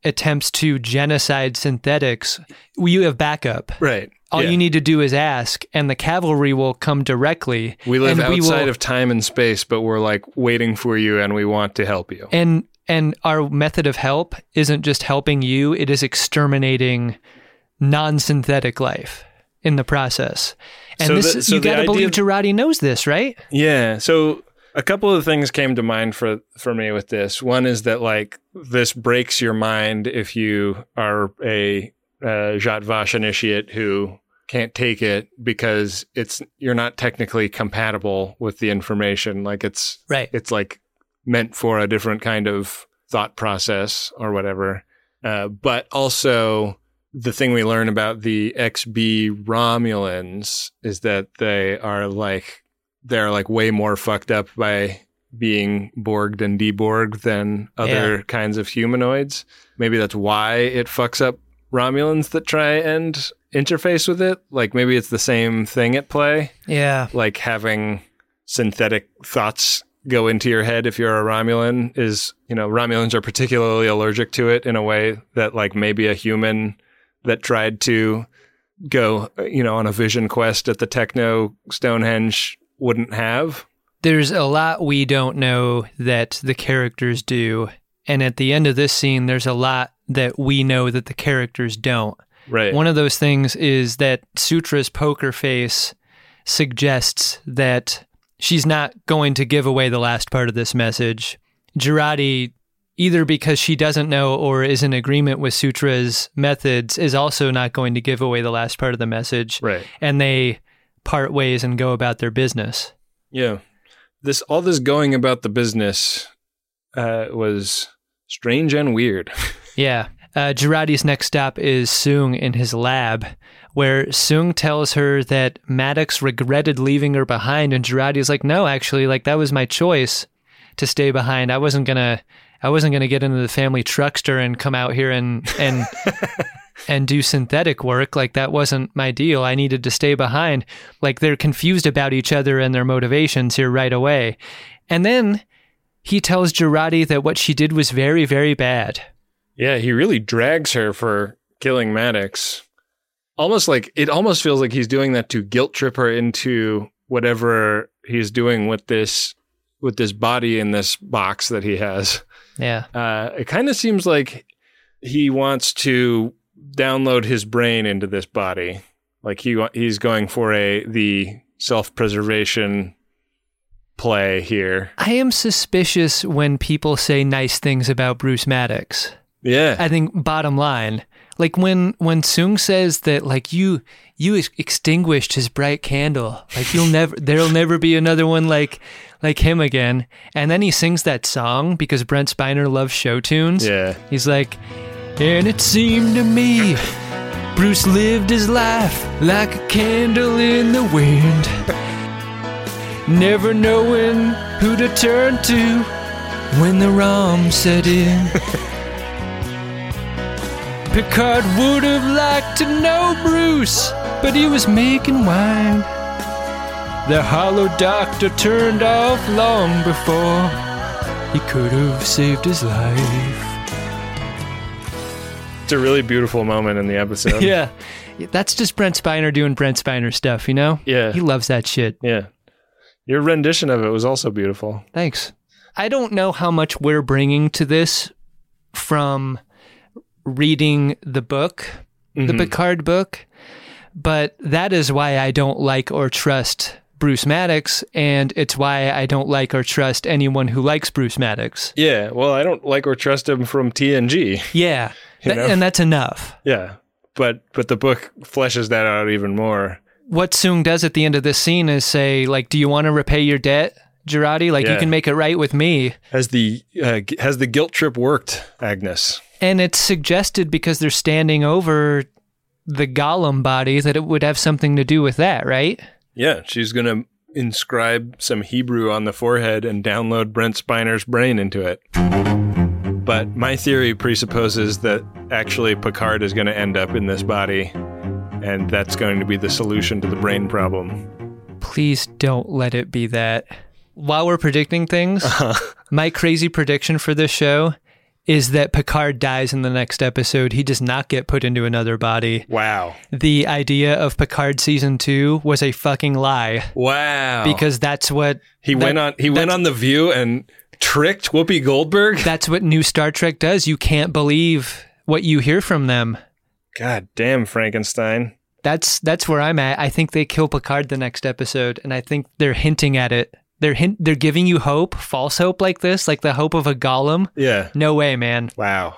[SPEAKER 4] attempts to genocide synthetics, you have backup.
[SPEAKER 5] Right.
[SPEAKER 4] All
[SPEAKER 5] Yeah.
[SPEAKER 4] you need to do is ask, and the cavalry will come directly.
[SPEAKER 5] We live
[SPEAKER 4] and
[SPEAKER 5] outside
[SPEAKER 4] will,
[SPEAKER 5] of time and space, but we're like waiting for you and we want to help you.
[SPEAKER 4] and and our method of help isn't just helping you; it is exterminating non-synthetic life in the process. And
[SPEAKER 5] So
[SPEAKER 4] this
[SPEAKER 5] the-
[SPEAKER 4] is
[SPEAKER 5] so
[SPEAKER 4] you
[SPEAKER 5] the
[SPEAKER 4] got to
[SPEAKER 5] idea
[SPEAKER 4] believe
[SPEAKER 5] of-
[SPEAKER 4] Girardi knows this, right?
[SPEAKER 5] Yeah. So a couple of things came to mind for for me with this. One is that like this breaks your mind if you are a uh, Jat Vash initiate who can't take it because it's you're not technically compatible with the information. Like it's
[SPEAKER 4] Right.
[SPEAKER 5] it's like meant for a different kind of thought process or whatever. Uh, but also, the thing we learn about the XB Romulans is that they are like they're like way more fucked up by being borged and deborged than other kinds of humanoids. Maybe that's why it fucks up Romulans that try and interface with it. Like maybe it's the same thing at play
[SPEAKER 4] Yeah.
[SPEAKER 5] like having synthetic thoughts go into your head if you're a Romulan is, you know, Romulans are particularly allergic to it in a way that like maybe a human that tried to go, you know, on a vision quest at the techno Stonehenge wouldn't have.
[SPEAKER 4] there's a lot we don't know that the characters do. And at the end of this scene, there's a lot that we know that the characters don't.
[SPEAKER 5] Right.
[SPEAKER 4] One of those things is that Sutra's poker face suggests that she's not going to give away the last part of this message. Girardi, either because she doesn't know or is in agreement with Sutra's methods, is also not going to give away the last part of the message.
[SPEAKER 5] Right.
[SPEAKER 4] And they part ways and go about their business.
[SPEAKER 5] Yeah. This all this going about the business uh, was strange and weird.
[SPEAKER 4] Yeah. Uh, Girardi's next stop is Sung in his lab, where Sung tells her that Maddox regretted leaving her behind, and Girardi's like, "No, actually, like that was my choice to stay behind. I wasn't gonna, I wasn't gonna get into the family truckster and come out here and and and do synthetic work. Like that wasn't my deal. I needed to stay behind. Like they're confused about each other and their motivations here right away, and then." He tells Girardi that what she did was very, very bad.
[SPEAKER 5] Yeah, he really drags her for killing Maddox. Almost like it almost feels like he's doing that to guilt trip her into whatever he's doing with this with this body in this box that he has.
[SPEAKER 4] Yeah.
[SPEAKER 5] Uh, it kind of seems like he wants to download his brain into this body. Like he wa- he's going for a the self-preservation play here.
[SPEAKER 4] I am suspicious when people say nice things about Bruce Maddox.
[SPEAKER 5] Yeah.
[SPEAKER 4] I think bottom line, like when when Sung says that like you you ex- extinguished his bright candle, like you'll never there'll never be another one like like him again. And then he sings that song because Brent Spiner loves show tunes.
[SPEAKER 5] Yeah.
[SPEAKER 4] He's like, and it seemed to me Bruce lived his life like a candle in the wind, never knowing who to turn to when the rum set in. Picard would have liked to know Bruce, but he was making wine. The hollow doctor turned off long before he could have saved his life.
[SPEAKER 5] It's a really beautiful moment in the episode.
[SPEAKER 4] yeah. That's just Brent Spiner doing Brent Spiner stuff, you know?
[SPEAKER 5] Yeah.
[SPEAKER 4] He loves that shit.
[SPEAKER 5] Yeah. Your rendition of it was also beautiful.
[SPEAKER 4] Thanks. I don't know how much we're bringing to this from reading the book,
[SPEAKER 5] Mm-hmm.
[SPEAKER 4] the Picard book, but that is why I don't like or trust Bruce Maddox, and it's why I don't like or trust anyone who likes Bruce Maddox.
[SPEAKER 5] Yeah. Well, I don't like or trust him from TNG.
[SPEAKER 4] Yeah. Tha-
[SPEAKER 5] know?
[SPEAKER 4] and that's enough.
[SPEAKER 5] Yeah. But but the book fleshes that out even more.
[SPEAKER 4] what Sung does at the end of this scene is say, like, do you want to repay your debt, Girardi? Like, you
[SPEAKER 5] Yeah.
[SPEAKER 4] can make it right with me.
[SPEAKER 5] Has the uh, gu- has the guilt trip worked, Agnes?
[SPEAKER 4] And it's suggested because they're standing over the golem body that it would have something to do with that, right?
[SPEAKER 5] Yeah, she's gonna inscribe some Hebrew on the forehead and download Brent Spiner's brain into it. But my theory presupposes that actually Picard is going to end up in this body, and that's going to be the solution to the brain problem.
[SPEAKER 4] Please don't let it be that. While we're predicting things,
[SPEAKER 5] Uh-huh.
[SPEAKER 4] my crazy prediction for this show is that Picard dies in the next episode. He does not get put into another body.
[SPEAKER 5] Wow.
[SPEAKER 4] The idea of Picard season two was a fucking lie
[SPEAKER 5] Wow.
[SPEAKER 4] because that's what
[SPEAKER 5] he
[SPEAKER 4] that-
[SPEAKER 5] went on he went
[SPEAKER 4] that's-
[SPEAKER 5] on the view and tricked Whoopi Goldberg.
[SPEAKER 4] That's what new Star Trek does. You can't believe what you hear from them.
[SPEAKER 5] God damn Frankenstein.
[SPEAKER 4] That's that's where I'm at. I think they kill Picard the next episode, and I think they're hinting at it. They're hint- they're giving you hope, false hope like this, like the hope of a golem.
[SPEAKER 5] Yeah.
[SPEAKER 4] No way, man.
[SPEAKER 5] Wow.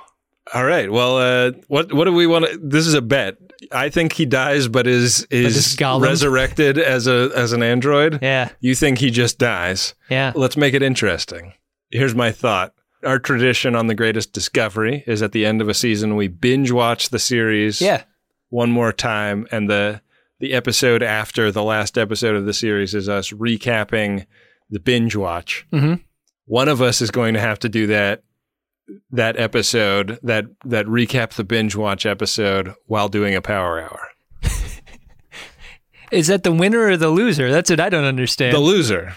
[SPEAKER 5] All right. Well, uh, what what do we want? to This is a bet. I think he dies, but is
[SPEAKER 4] is
[SPEAKER 5] is
[SPEAKER 4] Gollum?
[SPEAKER 5] resurrected as a as an android.
[SPEAKER 4] Yeah,
[SPEAKER 5] You think he just dies?
[SPEAKER 4] yeah.
[SPEAKER 5] Let's make it interesting. Here's my thought. Our tradition on the greatest discovery is at the end of a season we binge watch the series
[SPEAKER 4] Yeah.
[SPEAKER 5] one more time and the the episode after the last episode of the series is us recapping the binge watch.
[SPEAKER 4] Mhm.
[SPEAKER 5] One of us is going to have to do that that episode that that recap the binge watch episode while doing a power hour.
[SPEAKER 4] Is that the winner or the loser? That's what I don't understand.
[SPEAKER 5] The loser.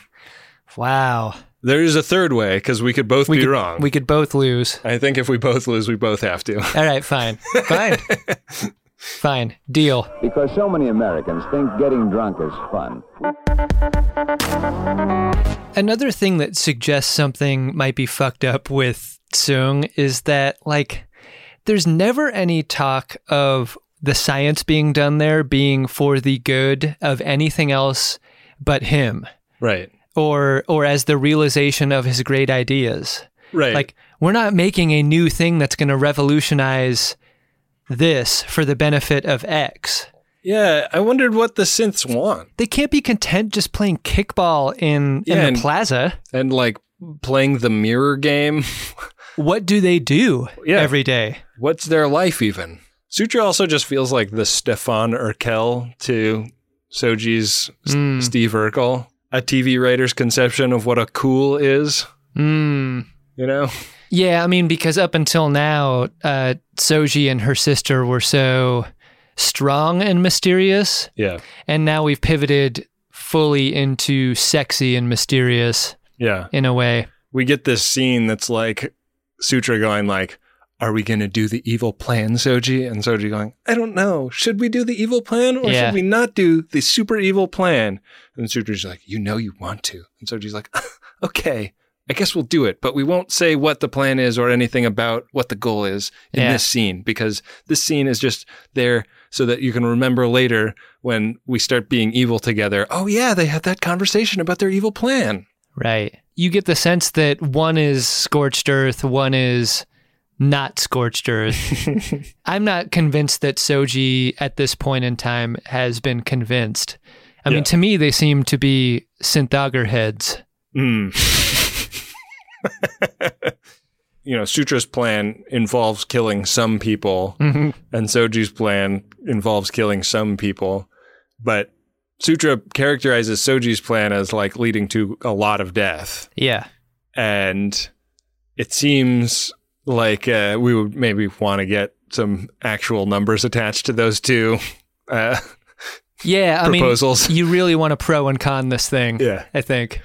[SPEAKER 4] wow.
[SPEAKER 5] There is a third way because we could both
[SPEAKER 4] We
[SPEAKER 5] be
[SPEAKER 4] could,
[SPEAKER 5] wrong.
[SPEAKER 4] We could both lose.
[SPEAKER 5] I think if we both lose, we both have to.
[SPEAKER 4] All right, fine. Fine. fine. Deal.
[SPEAKER 7] Because so many Americans think getting drunk is fun.
[SPEAKER 4] Another thing that suggests something might be fucked up with Sung is that, like, there's never any talk of the science being done there being for the good of anything else but him,
[SPEAKER 5] right.
[SPEAKER 4] or or as the realization of his great ideas.
[SPEAKER 5] Right.
[SPEAKER 4] Like, we're not making a new thing that's going to revolutionize this for the benefit of X.
[SPEAKER 5] yeah, I wondered what the synths want
[SPEAKER 4] They can't be content just playing kickball in,
[SPEAKER 5] Yeah,
[SPEAKER 4] in
[SPEAKER 5] and-
[SPEAKER 4] the plaza.
[SPEAKER 5] and like playing the mirror game.
[SPEAKER 4] What do they do
[SPEAKER 5] Yeah.
[SPEAKER 4] every day?
[SPEAKER 5] What's their life even? Sutra also just feels like the Stefan Urkel to Soji's S- Steve Urkel, a TV writer's conception of what a cool is. You know?
[SPEAKER 4] Yeah, I mean, because up until now, uh, Soji and her sister were so strong and mysterious,
[SPEAKER 5] Yeah.
[SPEAKER 4] and now we've pivoted fully into sexy and mysterious
[SPEAKER 5] Yeah.
[SPEAKER 4] in a way.
[SPEAKER 5] We get this scene that's like Sutra going like, are we going to do the evil plan, Soji? And Soji going, I don't know. Should we do the evil plan or
[SPEAKER 4] Yeah.
[SPEAKER 5] should we not do the super evil plan? And Sutra's like, you know you want to. And Soji's like, okay, I guess we'll do it, but we won't say what the plan is or anything about what the goal is in
[SPEAKER 4] Yeah.
[SPEAKER 5] this scene because this scene is just there so that you can remember later when we start being evil together. Oh yeah, they had that conversation about their evil plan.
[SPEAKER 4] Right. You get the sense that one is scorched earth, one is not scorched earth. I'm not convinced that Soji at this point in time has been convinced. I
[SPEAKER 5] Yeah.
[SPEAKER 4] mean, to me, they seem to be synthagar heads.
[SPEAKER 5] Mm. you know, Sutra's plan involves killing some people, and Soji's plan involves killing some people. But Sutra characterizes Soji's plan as like leading to a lot of death.
[SPEAKER 4] Yeah.
[SPEAKER 5] And it seems like uh, we would maybe want to get some actual numbers attached to those two. Uh,
[SPEAKER 4] Yeah, I
[SPEAKER 5] Proposals.
[SPEAKER 4] mean, you really want to pro and con this thing.
[SPEAKER 5] Yeah.
[SPEAKER 4] I think.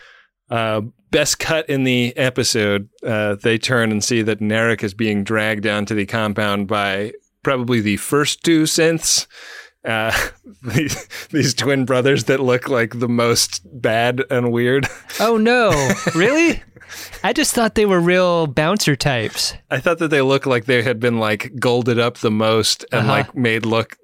[SPEAKER 5] uh, best cut in the episode, uh, they turn and see that Narek is being dragged down to the compound by probably the first two synths. Uh, these, these twin brothers that look like the most bad and weird.
[SPEAKER 4] Oh no, really? I just thought they were real bouncer types.
[SPEAKER 5] I thought that they looked like they had been like golded up the most and
[SPEAKER 4] Uh-huh.
[SPEAKER 5] like made look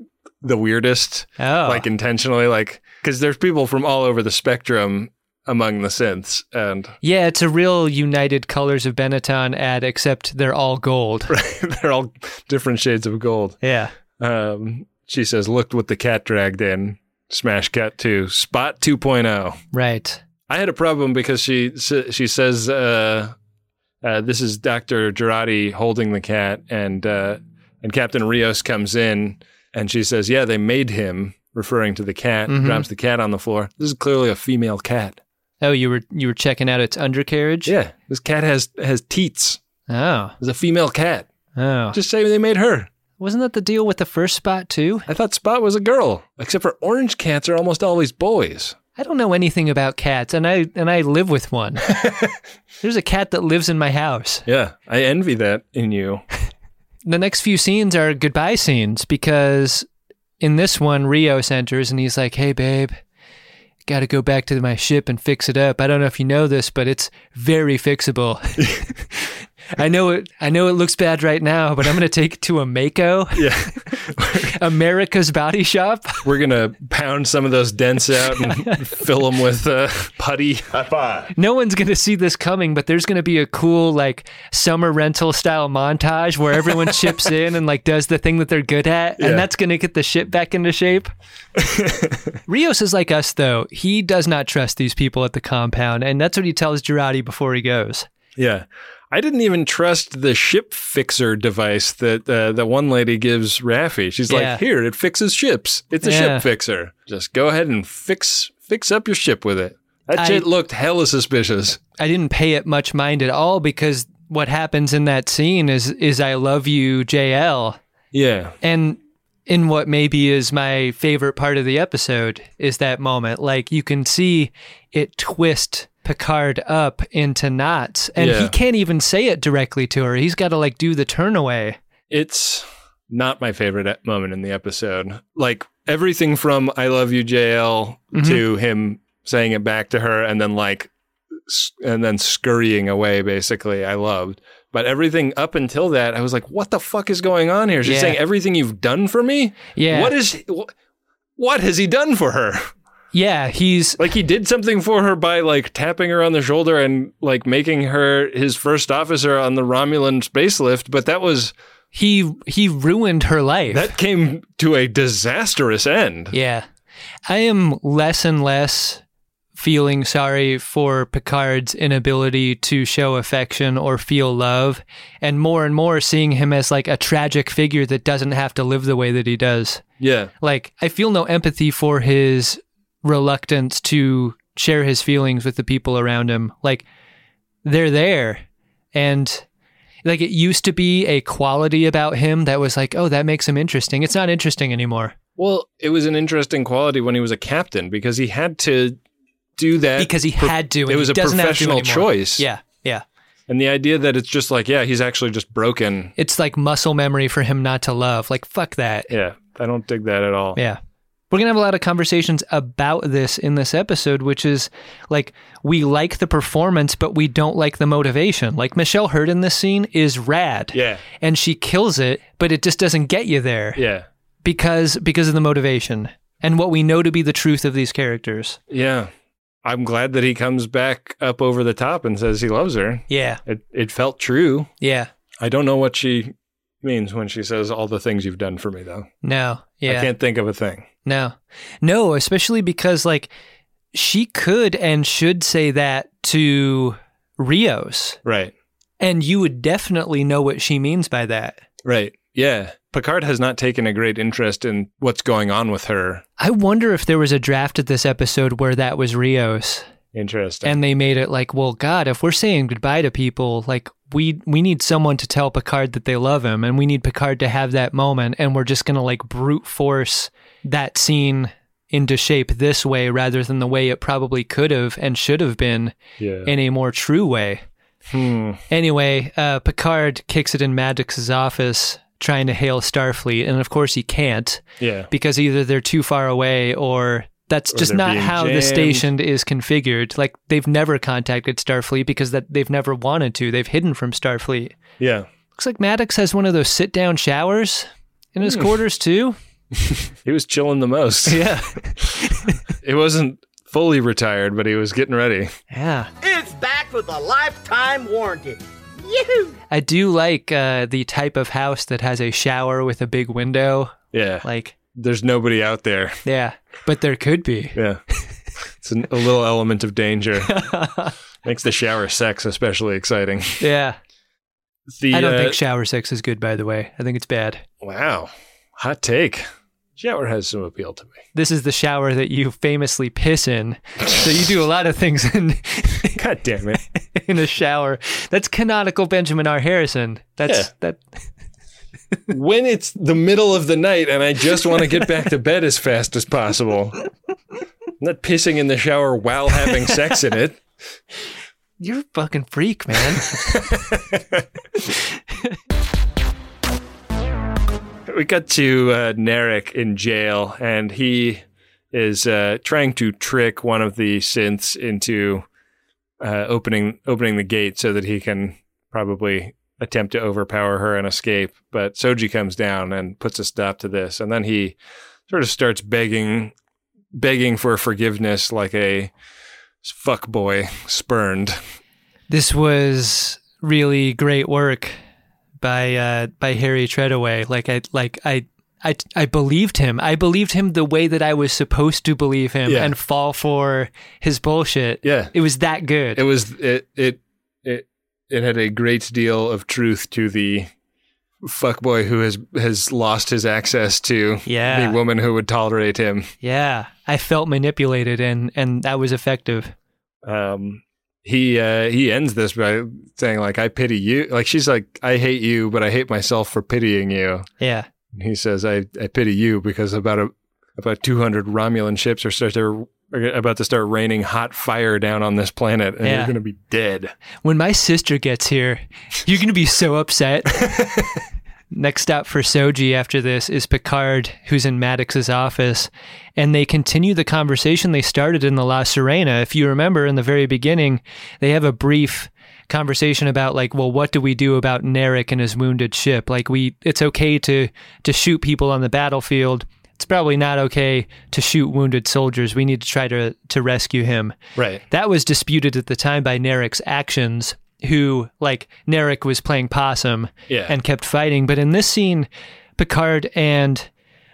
[SPEAKER 5] the weirdest,
[SPEAKER 4] Oh,
[SPEAKER 5] like intentionally, like because there's people from all over the spectrum among the synths, and
[SPEAKER 4] yeah, it's a real United Colors of Benetton ad, except they're all gold.
[SPEAKER 5] they're all different shades of gold.
[SPEAKER 4] Yeah,
[SPEAKER 5] um, she says, looked what the cat dragged in. Smash Cat 2, Spot 2.0.
[SPEAKER 4] right.
[SPEAKER 5] I had a problem because she s- she says, uh, uh, this is Dr. Girardi holding the cat, and, uh, and Captain Rios comes in and she says, yeah, they made him referring to the cat, drops the cat on the floor. This is clearly a female cat.
[SPEAKER 4] Oh, you were you were checking out its undercarriage?
[SPEAKER 5] Yeah, this cat has has teats.
[SPEAKER 4] Oh.
[SPEAKER 5] It's a female cat.
[SPEAKER 4] Oh.
[SPEAKER 5] Just say they made her.
[SPEAKER 4] Wasn't that the deal with the first spot too?
[SPEAKER 5] I thought Spot was a girl, except for orange cats are almost always boys.
[SPEAKER 4] I don't know anything about cats and I and I live with one. There's a cat that lives in my house.
[SPEAKER 5] Yeah, I envy that in you.
[SPEAKER 4] the next few scenes are goodbye scenes because in this one Rio enters and he's like, "Hey babe, got to go back to my ship and fix it up. I don't know if you know this, but it's very fixable." I know it I know it looks bad right now, but I'm going to take it to a Mako,
[SPEAKER 5] Yeah,
[SPEAKER 4] America's Body Shop.
[SPEAKER 5] we're gonna pound some of those dents out and fill them with uh, putty.
[SPEAKER 4] no one's going to see this coming, but there's going to be a cool like summer rental style montage where everyone chips in and like does the thing that they're good at,
[SPEAKER 5] Yeah.
[SPEAKER 4] and that's going to get the ship back into shape. Rios is like us though; he does not trust these people at the compound, and that's what he tells Girardi before he goes.
[SPEAKER 5] Yeah. I didn't even trust the ship fixer device that uh, that one lady gives Raffi. She's
[SPEAKER 4] Yeah.
[SPEAKER 5] like, "Here, it fixes ships. It's a
[SPEAKER 4] Yeah.
[SPEAKER 5] ship fixer. Just go ahead and fix fix up your ship with it." That
[SPEAKER 4] I-
[SPEAKER 5] shit looked hella suspicious.
[SPEAKER 4] I didn't pay it much mind at all because what happens in that scene is is I love you, JL,
[SPEAKER 5] Yeah,
[SPEAKER 4] and in what maybe is my favorite part of the episode is that moment like you can see it twist picard up into knots and he
[SPEAKER 5] Yeah.
[SPEAKER 4] can't even say it directly to her he's got to like do the turn away
[SPEAKER 5] it's not my favorite e- moment in the episode. Like everything from "I love you, JL"
[SPEAKER 4] Mm-hmm.
[SPEAKER 5] to him saying it back to her, and then like, s- and then scurrying away. Basically, I loved. But everything up until that, I was like, "What the fuck is going on here?" She's
[SPEAKER 4] Yeah.
[SPEAKER 5] saying everything you've done for me.
[SPEAKER 4] Yeah.
[SPEAKER 5] What is? wh- What has he done for her?
[SPEAKER 4] yeah he's
[SPEAKER 5] Like he did something for her by like tapping her on the shoulder and like making her his first officer on the Romulan space lift, but that was
[SPEAKER 4] he he ruined her life
[SPEAKER 5] that came to a disastrous end.
[SPEAKER 4] yeah i am less and less feeling sorry for picard's inability to show affection or feel love and more and more seeing him as like a tragic figure that doesn't have to live the way that he does
[SPEAKER 5] Yeah.
[SPEAKER 4] like I feel no empathy for his reluctance to share his feelings with the people around him. Like they're there and like it used to be a quality about him that was like, oh, that makes him interesting. It's not interesting anymore.
[SPEAKER 5] Well, it was an interesting quality when he was a captain because he had to do that
[SPEAKER 4] Because he had to. And
[SPEAKER 5] it was
[SPEAKER 4] he
[SPEAKER 5] a
[SPEAKER 4] doesn't have to
[SPEAKER 5] professional
[SPEAKER 4] anymore.
[SPEAKER 5] choice.
[SPEAKER 4] Yeah. Yeah.
[SPEAKER 5] and the idea that it's just like, yeah, he's actually just broken.
[SPEAKER 4] It's like muscle memory for him not to love. Like, fuck that.
[SPEAKER 5] Yeah. I don't dig that at all.
[SPEAKER 4] Yeah. We're going to have a lot of conversations about this in this episode, which is like we like the performance, but we don't like the motivation. Like Michelle Hurd in this scene is rad.
[SPEAKER 5] Yeah.
[SPEAKER 4] And she kills it, but it just doesn't get you there
[SPEAKER 5] Yeah.
[SPEAKER 4] because because of the motivation and what we know to be the truth of these characters.
[SPEAKER 5] Yeah. I'm glad that he comes back up over the top and says he loves her.
[SPEAKER 4] Yeah.
[SPEAKER 5] It it felt true.
[SPEAKER 4] Yeah.
[SPEAKER 5] I don't know what she means when she says all the things you've done for me though.
[SPEAKER 4] No. Yeah.
[SPEAKER 5] I can't think of a thing.
[SPEAKER 4] No. No, especially because like she could and should say that to Rios.
[SPEAKER 5] Right.
[SPEAKER 4] And you would definitely know what she means by that.
[SPEAKER 5] Right. Yeah. Picard has not taken a great interest in what's going on with her.
[SPEAKER 4] I wonder if there was a draft of this episode where that was Rios
[SPEAKER 5] Interesting.
[SPEAKER 4] and they made it like, well, God, if we're saying goodbye to people, like we we need someone to tell Picard that they love him and we need Picard to have that moment and we're just gonna like brute force that scene into shape this way rather than the way it probably could have and should have been
[SPEAKER 5] yeah.
[SPEAKER 4] in a more true way.
[SPEAKER 5] Hmm.
[SPEAKER 4] Anyway, uh, Picard kicks it in Maddox's office trying to hail Starfleet, and of course he can't
[SPEAKER 5] Yeah.
[SPEAKER 4] because either they're too far away or that's
[SPEAKER 5] Or
[SPEAKER 4] just
[SPEAKER 5] they're
[SPEAKER 4] not
[SPEAKER 5] being
[SPEAKER 4] how the
[SPEAKER 5] jammed.
[SPEAKER 4] station is configured. Like they've never contacted Starfleet because that they've never wanted to. They've hidden from Starfleet.
[SPEAKER 5] Yeah.
[SPEAKER 4] Looks like Maddox has one of those sit down showers in
[SPEAKER 5] Hmm.
[SPEAKER 4] his quarters too.
[SPEAKER 5] He was chilling the most.
[SPEAKER 4] Yeah.
[SPEAKER 5] it wasn't fully retired, but he was getting ready.
[SPEAKER 4] Yeah.
[SPEAKER 9] It's back with a lifetime warranty. Yoo-hoo!
[SPEAKER 4] I do like uh, the type of house that has a shower with a big window.
[SPEAKER 5] Yeah.
[SPEAKER 4] Like,
[SPEAKER 5] There's nobody out there.
[SPEAKER 4] yeah. But there could be.
[SPEAKER 5] Yeah. it's an, a little element of danger. Makes the shower sex especially exciting.
[SPEAKER 4] Yeah.
[SPEAKER 5] The,
[SPEAKER 4] I don't
[SPEAKER 5] uh,
[SPEAKER 4] think shower sex is good, by the way. I think it's bad.
[SPEAKER 5] Wow. Hot take. Shower has some appeal to me.
[SPEAKER 4] This is the shower that you famously piss in. So you do a lot of things in
[SPEAKER 5] God damn it.
[SPEAKER 4] in a shower. That's canonical Benjamin R. Harrison. That's
[SPEAKER 5] Yeah.
[SPEAKER 4] that
[SPEAKER 5] when it's the middle of the night and I just want to get back to bed as fast as possible, I'm not pissing in the shower while having sex in it.
[SPEAKER 4] you're a fucking freak, man.
[SPEAKER 5] We got to uh, Narek in jail, and he is uh, trying to trick one of the synths into uh, opening opening the gate so that he can probably attempt to overpower her and escape. But Soji comes down and puts a stop to this, and then he sort of starts begging begging for forgiveness like a fuck boy spurned.
[SPEAKER 4] this was really great work by uh, by Harry Treadaway. Like I like I. I, I believed him. I believed him the way that I was supposed to believe him
[SPEAKER 5] Yeah.
[SPEAKER 4] and fall for his bullshit.
[SPEAKER 5] Yeah.
[SPEAKER 4] It was that good.
[SPEAKER 5] It was it it it it had a great deal of truth to the fuckboy who has has lost his access to
[SPEAKER 4] Yeah.
[SPEAKER 5] the woman who would tolerate him.
[SPEAKER 4] yeah. I felt manipulated and, and that was effective.
[SPEAKER 5] Um he uh he ends this by saying like I pity you. Like she's like I hate you but I hate myself for pitying you.
[SPEAKER 4] Yeah.
[SPEAKER 5] And he says I I pity you because about a about 200 Romulan ships are start to are about to start raining hot fire down on this planet and
[SPEAKER 4] Yeah.
[SPEAKER 5] you're going to be dead.
[SPEAKER 4] when my sister gets here, you're going to be so upset. Next stop for Soji after this is Picard, who's in Maddox's office, and they continue the conversation they started in the La Serena. If you remember in the very beginning, they have a brief conversation about like, well, what do we do about Narek and his wounded ship? Like we it's okay to to shoot people on the battlefield. It's probably not okay to shoot wounded soldiers. We need to try to to rescue him.
[SPEAKER 5] Right.
[SPEAKER 4] That was disputed at the time by Narek's actions, who, like, Narek was playing possum
[SPEAKER 5] Yeah.
[SPEAKER 4] and kept fighting. But in this scene, Picard and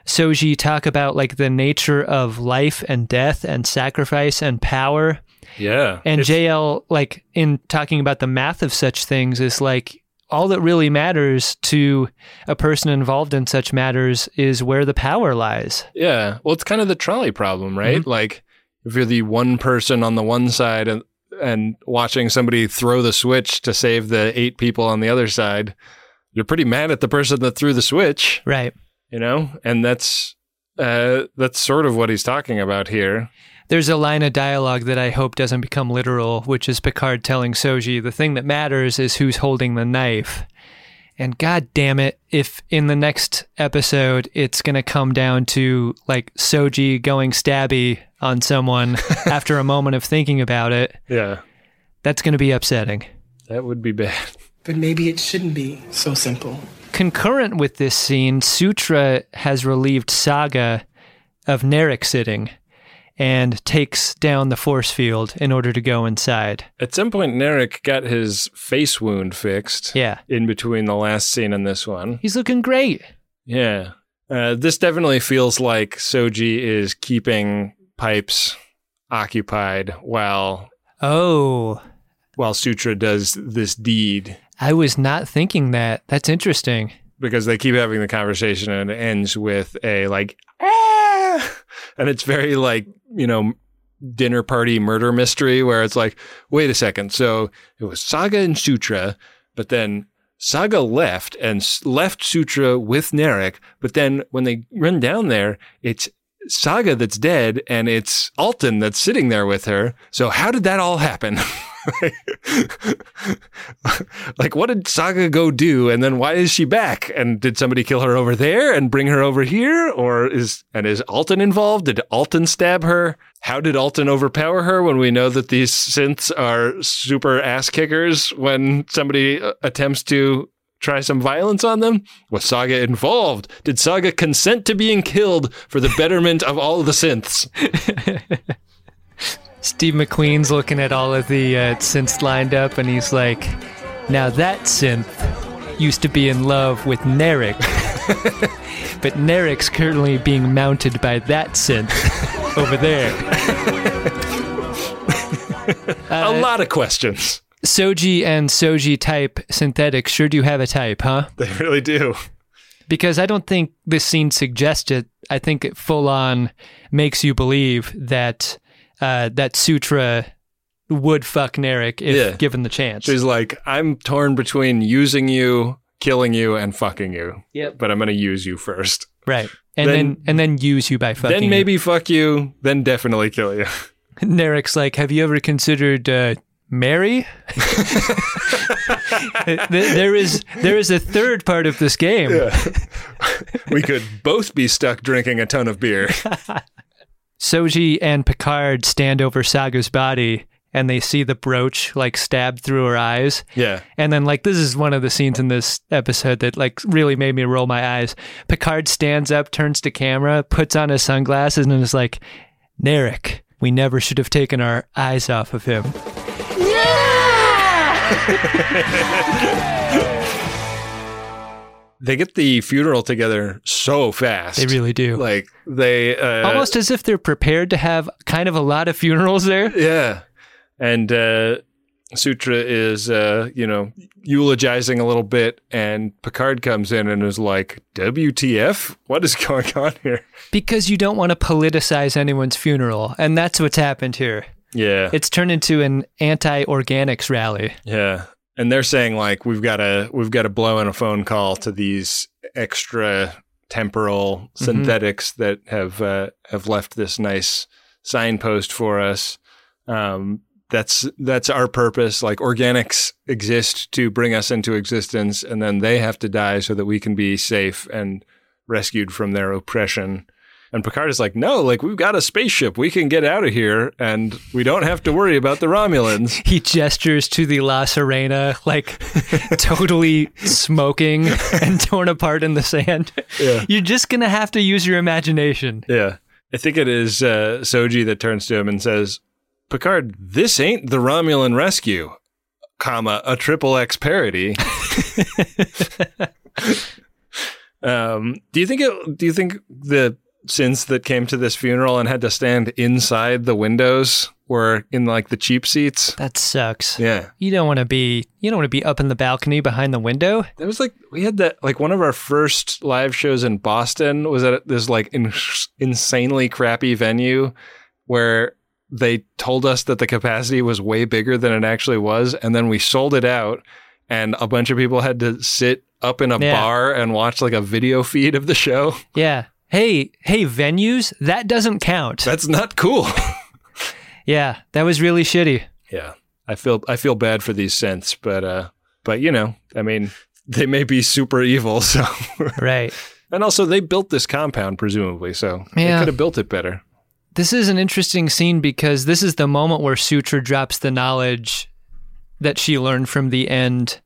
[SPEAKER 4] Soji talk about, like, the nature of life and death and sacrifice and power.
[SPEAKER 5] Yeah.
[SPEAKER 4] And JL, like, in talking about the math of such things, is like, all that really matters to a person involved in such matters is where the power lies.
[SPEAKER 5] Yeah. Well, it's kind of the trolley problem, right? Like if you're the one person on the one side and and watching somebody throw the switch to save the eight people on the other side, you're pretty mad at the person that threw the switch,
[SPEAKER 4] Right.
[SPEAKER 5] you know? And that's uh that's sort of what he's talking about here.
[SPEAKER 4] There's a line of dialogue that I hope doesn't become literal, which is Picard telling Soji, the thing that matters is who's holding the knife. And god damn it, if in the next episode it's going to come down to like Soji going stabby on someone after a moment of thinking about it,
[SPEAKER 5] Yeah.
[SPEAKER 4] that's going to be upsetting.
[SPEAKER 5] That would be bad.
[SPEAKER 10] But maybe it shouldn't be so simple.
[SPEAKER 4] Concurrent with this scene, Sutra has relieved Saga of Narek sitting and takes down the force field in order to go inside.
[SPEAKER 5] At some point Narek got his face wound fixed.
[SPEAKER 4] Yeah.
[SPEAKER 5] In between the last scene and this one.
[SPEAKER 4] He's looking great.
[SPEAKER 5] Yeah. Uh, this definitely feels like Soji is keeping pipes occupied while
[SPEAKER 4] Oh,
[SPEAKER 5] while Sutra does this deed
[SPEAKER 4] I was not thinking that. That's interesting.
[SPEAKER 5] because they keep having the conversation and it ends with a like ah! and it's very like, you know, dinner party murder mystery where it's like, wait a second. So it was Saga and Sutra, but then Saga left and s- left Sutra with Narek. But then when they run down there, it's Saga that's dead and it's Alton that's sitting there with her. So how did that all happen? like, what did Saga go do? And then why is she back? And did somebody kill her over there and bring her over here? Or is, and is Alton involved? Did Alton stab her? How did Alton overpower her when we know that these synths are super ass kickers when somebody uh, attempts to try some violence on them? Was Saga involved? Did Saga consent to being killed for the betterment of all the synths?
[SPEAKER 4] Steve McQueen's looking at all of the uh, synths lined up and he's like, now that synth used to be in love with Narek. but Narek's currently being mounted by that synth over there.
[SPEAKER 5] A lot of questions.
[SPEAKER 4] Soji and Soji type synthetics sure do have a type, huh?
[SPEAKER 5] They really do.
[SPEAKER 4] because I don't think this scene suggests it. I think it full on makes you believe that uh, that Sutra would fuck Narek if
[SPEAKER 5] Yeah.
[SPEAKER 4] given the chance.
[SPEAKER 5] She's like, I'm torn between using you, killing you, and fucking you.
[SPEAKER 4] Yep.
[SPEAKER 5] But I'm gonna use you first.
[SPEAKER 4] right. And then,
[SPEAKER 5] Then-
[SPEAKER 4] and then use you by fucking.
[SPEAKER 5] then
[SPEAKER 4] you.
[SPEAKER 5] maybe fuck you. Then definitely kill you.
[SPEAKER 4] Narek's like, "Have you ever considered uh, Mary?" Th- there is there is a third part of this game.
[SPEAKER 5] we could both be stuck drinking a ton of beer.
[SPEAKER 4] Soji and Picard stand over Saga's body and they see the brooch like stabbed through her eyes.
[SPEAKER 5] Yeah.
[SPEAKER 4] And then like this is one of the scenes in this episode that like really made me roll my eyes. Picard stands up, turns to camera, puts on his sunglasses and is like, "Narek, we never should have taken our eyes off of him."
[SPEAKER 5] They get the funeral together so fast.
[SPEAKER 4] They really do.
[SPEAKER 5] Like they uh,
[SPEAKER 4] Almost as if they're prepared to have kind of a lot of funerals there.
[SPEAKER 5] Yeah. And uh, Sutra is, uh, you know, eulogizing a little bit, and Picard comes in and is like, "WTF? What is going on here?"
[SPEAKER 4] Because you don't want to politicize anyone's funeral. And that's what's happened here.
[SPEAKER 5] Yeah,
[SPEAKER 4] It's turned into an anti organics rally.
[SPEAKER 5] yeah. And they're saying like, "We've got to, we've got to blow in a phone call to these extra temporal synthetics that have uh, have left this nice signpost for us." Um, that's that's our purpose. Like organics exist to bring us into existence, and then they have to die so that we can be safe and rescued from their oppression. And Picard is like, no, like we've got a spaceship. We can get out of here, and we don't have to worry about the Romulans.
[SPEAKER 4] He gestures to the La Serena, like totally smoking and torn apart in the sand. You're just going to have to use your imagination.
[SPEAKER 5] Yeah. I think it is uh, Soji that turns to him and says, Picard, this ain't the Romulan rescue, comma, a triple X parody. um, do you think it, do you think the synths that came to this funeral and had to stand inside the windows were in like the cheap seats?
[SPEAKER 4] That sucks.
[SPEAKER 5] Yeah.
[SPEAKER 4] You don't want to be you don't want to be up in the balcony behind the window.
[SPEAKER 5] That was like we had that like one of our first live shows in Boston was at this like in, insanely crappy venue where they told us that the capacity was way bigger than it actually was and then we sold it out and a bunch of people had to sit up in a
[SPEAKER 4] Yeah.
[SPEAKER 5] bar and watch like a video feed of the show.
[SPEAKER 4] Yeah. Hey, hey venues, that doesn't count.
[SPEAKER 5] That's not cool.
[SPEAKER 4] Yeah, that was really shitty.
[SPEAKER 5] yeah. I feel I feel bad for these synths, but uh but you know, I mean, they may be super evil, so
[SPEAKER 4] Right.
[SPEAKER 5] And also, they built this compound, presumably, so they
[SPEAKER 4] Yeah.
[SPEAKER 5] could have built it better.
[SPEAKER 4] This is an interesting scene because this is the moment where Sutra drops the knowledge that she learned from the end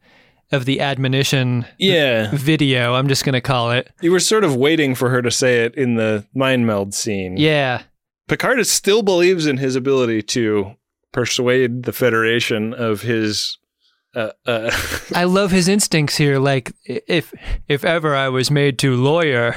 [SPEAKER 4] of the admonition
[SPEAKER 5] Yeah.
[SPEAKER 4] video, I'm just going to call it.
[SPEAKER 5] You were sort of waiting for her to say it in the mind meld scene.
[SPEAKER 4] Yeah.
[SPEAKER 5] Picard is- still believes in his ability to persuade the Federation of his. Uh, uh,
[SPEAKER 4] I love his instincts here like i- if if ever I was made to lawyer,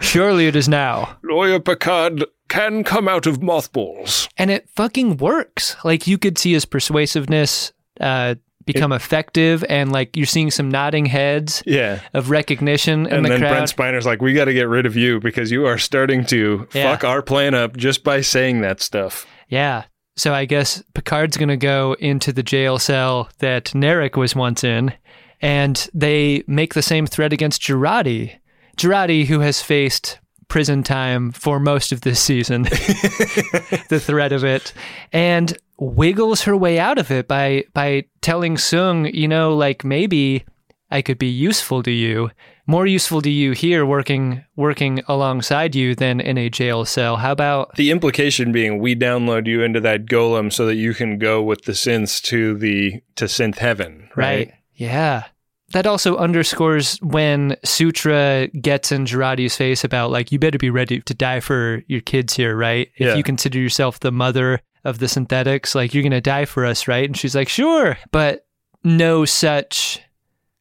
[SPEAKER 4] surely it is now.
[SPEAKER 5] Lawyer Picard can come out of mothballs.
[SPEAKER 4] And it fucking works. Like you could see his persuasiveness uh become effective and like you're seeing some nodding heads
[SPEAKER 5] Yeah.
[SPEAKER 4] of recognition in
[SPEAKER 5] And
[SPEAKER 4] the
[SPEAKER 5] then
[SPEAKER 4] crowd.
[SPEAKER 5] Brent Spiner's like, we got to get rid of you because you are starting to
[SPEAKER 4] Yeah.
[SPEAKER 5] fuck our plan up just by saying that stuff.
[SPEAKER 4] Yeah. So I guess Picard's going to go into the jail cell that Narek was once in, and they make the same threat against Girardi. Girardi, who has faced prison time for most of this season, the threat of it, and wiggles her way out of it by by telling Sung, you know, like maybe I could be useful to you, more useful to you here working working alongside you than in a jail cell. How about
[SPEAKER 5] The implication being we download you into that golem so that you can go with the synths to the to synth heaven, right?
[SPEAKER 4] Yeah. That also underscores when Sutra gets in Girardi's face about like you better be ready to die for your kids here, right? If
[SPEAKER 5] Yeah.
[SPEAKER 4] you consider yourself the mother of the synthetics, like you're gonna die for us, right? And she's like, sure, but no such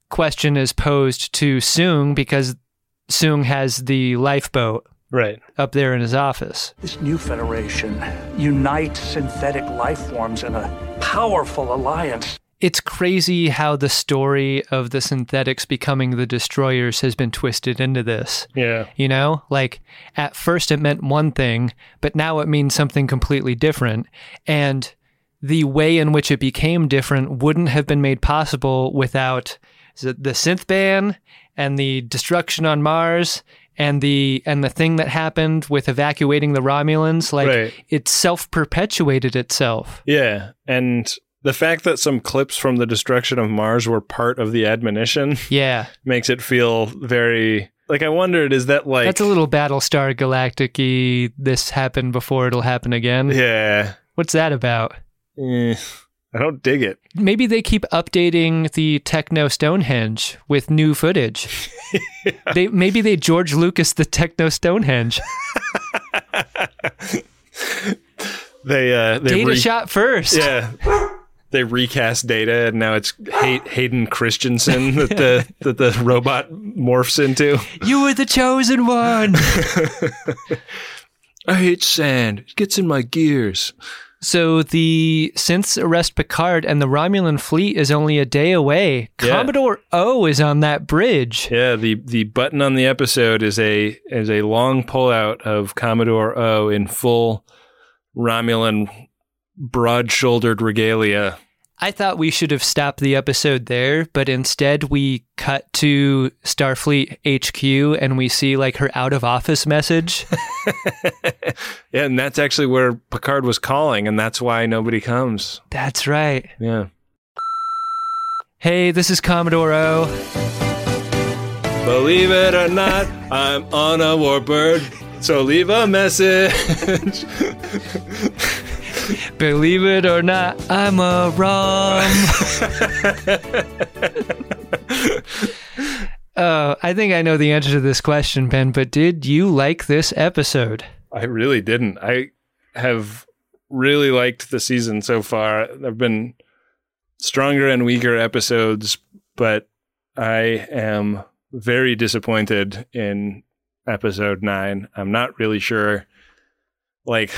[SPEAKER 4] question is posed to Soong because Soong has the lifeboat
[SPEAKER 5] Right.
[SPEAKER 4] up there in his office.
[SPEAKER 1] This new federation unites synthetic life forms in a powerful alliance.
[SPEAKER 4] it's crazy how the story of the synthetics becoming the destroyers has been twisted into this.
[SPEAKER 5] Yeah.
[SPEAKER 4] You know, like at first it meant one thing, but now it means something completely different. And the way in which it became different wouldn't have been made possible without the the synth ban and the destruction on Mars and the and the thing that happened with evacuating the Romulans. Like
[SPEAKER 5] Right.
[SPEAKER 4] it self perpetuated itself.
[SPEAKER 5] Yeah. And the fact that some clips from the destruction of Mars were part of the admonition
[SPEAKER 4] Yeah.
[SPEAKER 5] makes it feel very like I wondered is that like
[SPEAKER 4] That's a little Battlestar Galactic y. This happened before, it'll happen again.
[SPEAKER 5] Yeah.
[SPEAKER 4] What's that about?
[SPEAKER 5] Eh, I don't dig it.
[SPEAKER 4] Maybe they keep updating the Techno Stonehenge with new footage. They maybe they George Lucas the Techno Stonehenge.
[SPEAKER 5] They uh they
[SPEAKER 4] Data
[SPEAKER 5] re-
[SPEAKER 4] shot first.
[SPEAKER 5] Yeah. They recast data and now it's Hay- Hayden Christensen that the that the robot morphs into.
[SPEAKER 4] You were the chosen one.
[SPEAKER 5] I hate sand. It gets in my gears.
[SPEAKER 4] so the since arrest Picard and the Romulan fleet is only a day away.
[SPEAKER 5] Yeah.
[SPEAKER 4] Commodore O is on that bridge.
[SPEAKER 5] Yeah, the the button on the episode is a is a long pullout of Commodore O in full Romulan broad-shouldered regalia.
[SPEAKER 4] I thought we should have stopped the episode there, but instead we cut to Starfleet HQ and we see like her out of office message.
[SPEAKER 5] Yeah, and that's actually where Picard was calling and that's why nobody comes.
[SPEAKER 4] That's right.
[SPEAKER 5] Yeah.
[SPEAKER 4] Hey, this is Commodore O.
[SPEAKER 5] Believe it or not, I'm on a warbird. So leave a message.
[SPEAKER 4] Believe it or not, I'm a rom. Oh, I think I know the answer to this question, Ben, but did you like this episode?
[SPEAKER 5] I really didn't. I have really liked the season so far. There've been stronger and weaker episodes, but I am very disappointed in episode 9. I'm not really sure like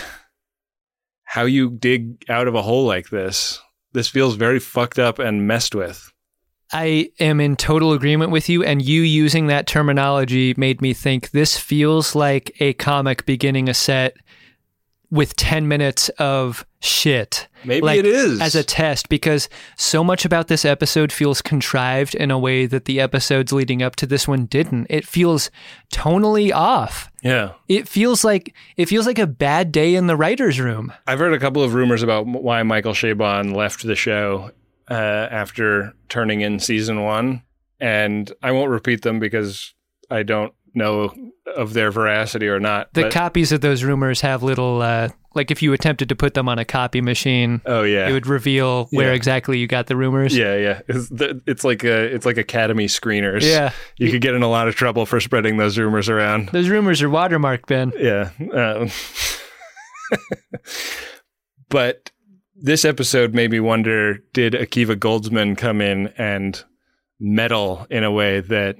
[SPEAKER 5] how you dig out of a hole like this. This feels very fucked up and messed with.
[SPEAKER 4] I am in total agreement with you, and you using that terminology made me think this feels like a comic beginning a set with 10 minutes of shit.
[SPEAKER 5] Maybe
[SPEAKER 4] Like,
[SPEAKER 5] it is.
[SPEAKER 4] As a test, because so much about this episode feels contrived in a way that the episodes leading up to this one didn't. It feels tonally off.
[SPEAKER 5] yeah.
[SPEAKER 4] It feels like it feels like a bad day in the writer's room.
[SPEAKER 5] I've heard a couple of rumors about m- why Michael Chabon left the show uh, after turning in season one, and I won't repeat them because I don't know of their veracity or not.
[SPEAKER 4] The
[SPEAKER 5] but-
[SPEAKER 4] copies of those rumors have little uh, like if you attempted to put them on a copy machine,
[SPEAKER 5] oh yeah,
[SPEAKER 4] it would reveal where
[SPEAKER 5] Yeah.
[SPEAKER 4] exactly you got the rumors.
[SPEAKER 5] yeah, yeah. It's, the, it's like a, it's like Academy screeners.
[SPEAKER 4] Yeah.
[SPEAKER 5] you could get in a lot of trouble for spreading those rumors around.
[SPEAKER 4] Those rumors are watermarked, Ben.
[SPEAKER 5] Yeah. Um, but this episode made me wonder did Akiva Goldsman come in and meddle in a way that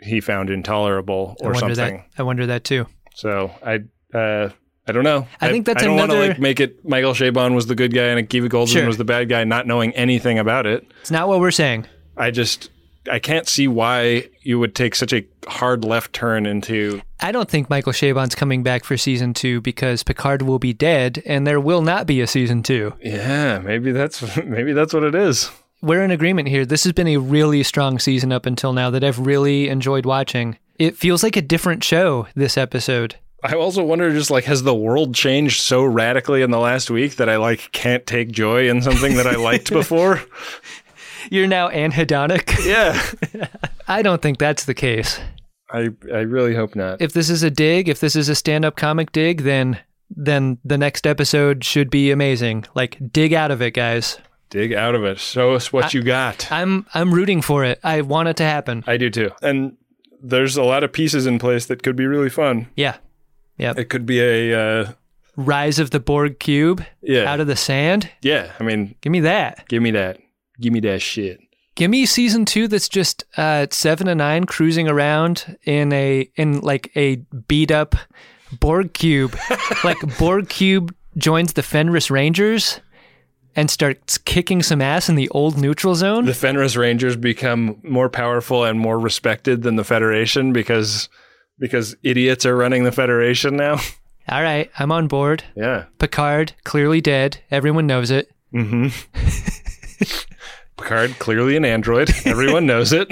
[SPEAKER 5] he found intolerable or
[SPEAKER 4] I wonder
[SPEAKER 5] something?
[SPEAKER 4] that. I wonder that too.
[SPEAKER 5] So I. Uh, I don't know.
[SPEAKER 4] I think that's
[SPEAKER 5] I don't want
[SPEAKER 4] another-
[SPEAKER 5] to like make it Michael Chabon was the good guy and Akiva Goldsman
[SPEAKER 4] Sure.
[SPEAKER 5] was the bad guy, not knowing anything about it.
[SPEAKER 4] It's not what we're saying.
[SPEAKER 5] I just I can't see why you would take such a hard left turn into
[SPEAKER 4] I don't think Michael Chabon's coming back for season two because Picard will be dead and there will not be a season two.
[SPEAKER 5] yeah. Maybe that's maybe that's what it is.
[SPEAKER 4] We're in agreement here. This has been a really strong season up until now that I've really enjoyed watching. It feels like a different show this episode.
[SPEAKER 5] I also wonder just like has the world changed so radically in the last week that I like can't take joy in something that I liked before?
[SPEAKER 4] You're now anhedonic.
[SPEAKER 5] Yeah.
[SPEAKER 4] I don't think that's the case.
[SPEAKER 5] I I really hope not.
[SPEAKER 4] if this is a dig, if this is a stand-up comic dig, then then the next episode should be amazing. Like dig out of it, guys.
[SPEAKER 5] Dig out of it. Show us what you got.
[SPEAKER 4] I'm I'm rooting for it. I want it to happen.
[SPEAKER 5] I do too. And there's a lot of pieces in place that could be really fun.
[SPEAKER 4] Yeah.
[SPEAKER 5] It could be a uh,
[SPEAKER 4] Rise of the Borg cube
[SPEAKER 5] yeah.
[SPEAKER 4] out of the sand.
[SPEAKER 5] yeah, I mean,
[SPEAKER 4] Give me that.
[SPEAKER 5] give me that. Give me that shit.
[SPEAKER 4] Give me season 2 that's just uh 7 and 9 cruising around in a in like a beat up Borg cube. like Borg cube joins the Fenris Rangers. and starts kicking some ass in the old neutral zone.
[SPEAKER 5] The Fenris Rangers become more powerful and more respected than the Federation because because idiots are running the Federation now.
[SPEAKER 4] All right, I'm on board.
[SPEAKER 5] Yeah.
[SPEAKER 4] Picard clearly dead. Everyone knows it.
[SPEAKER 5] Picard clearly an android. Everyone knows it.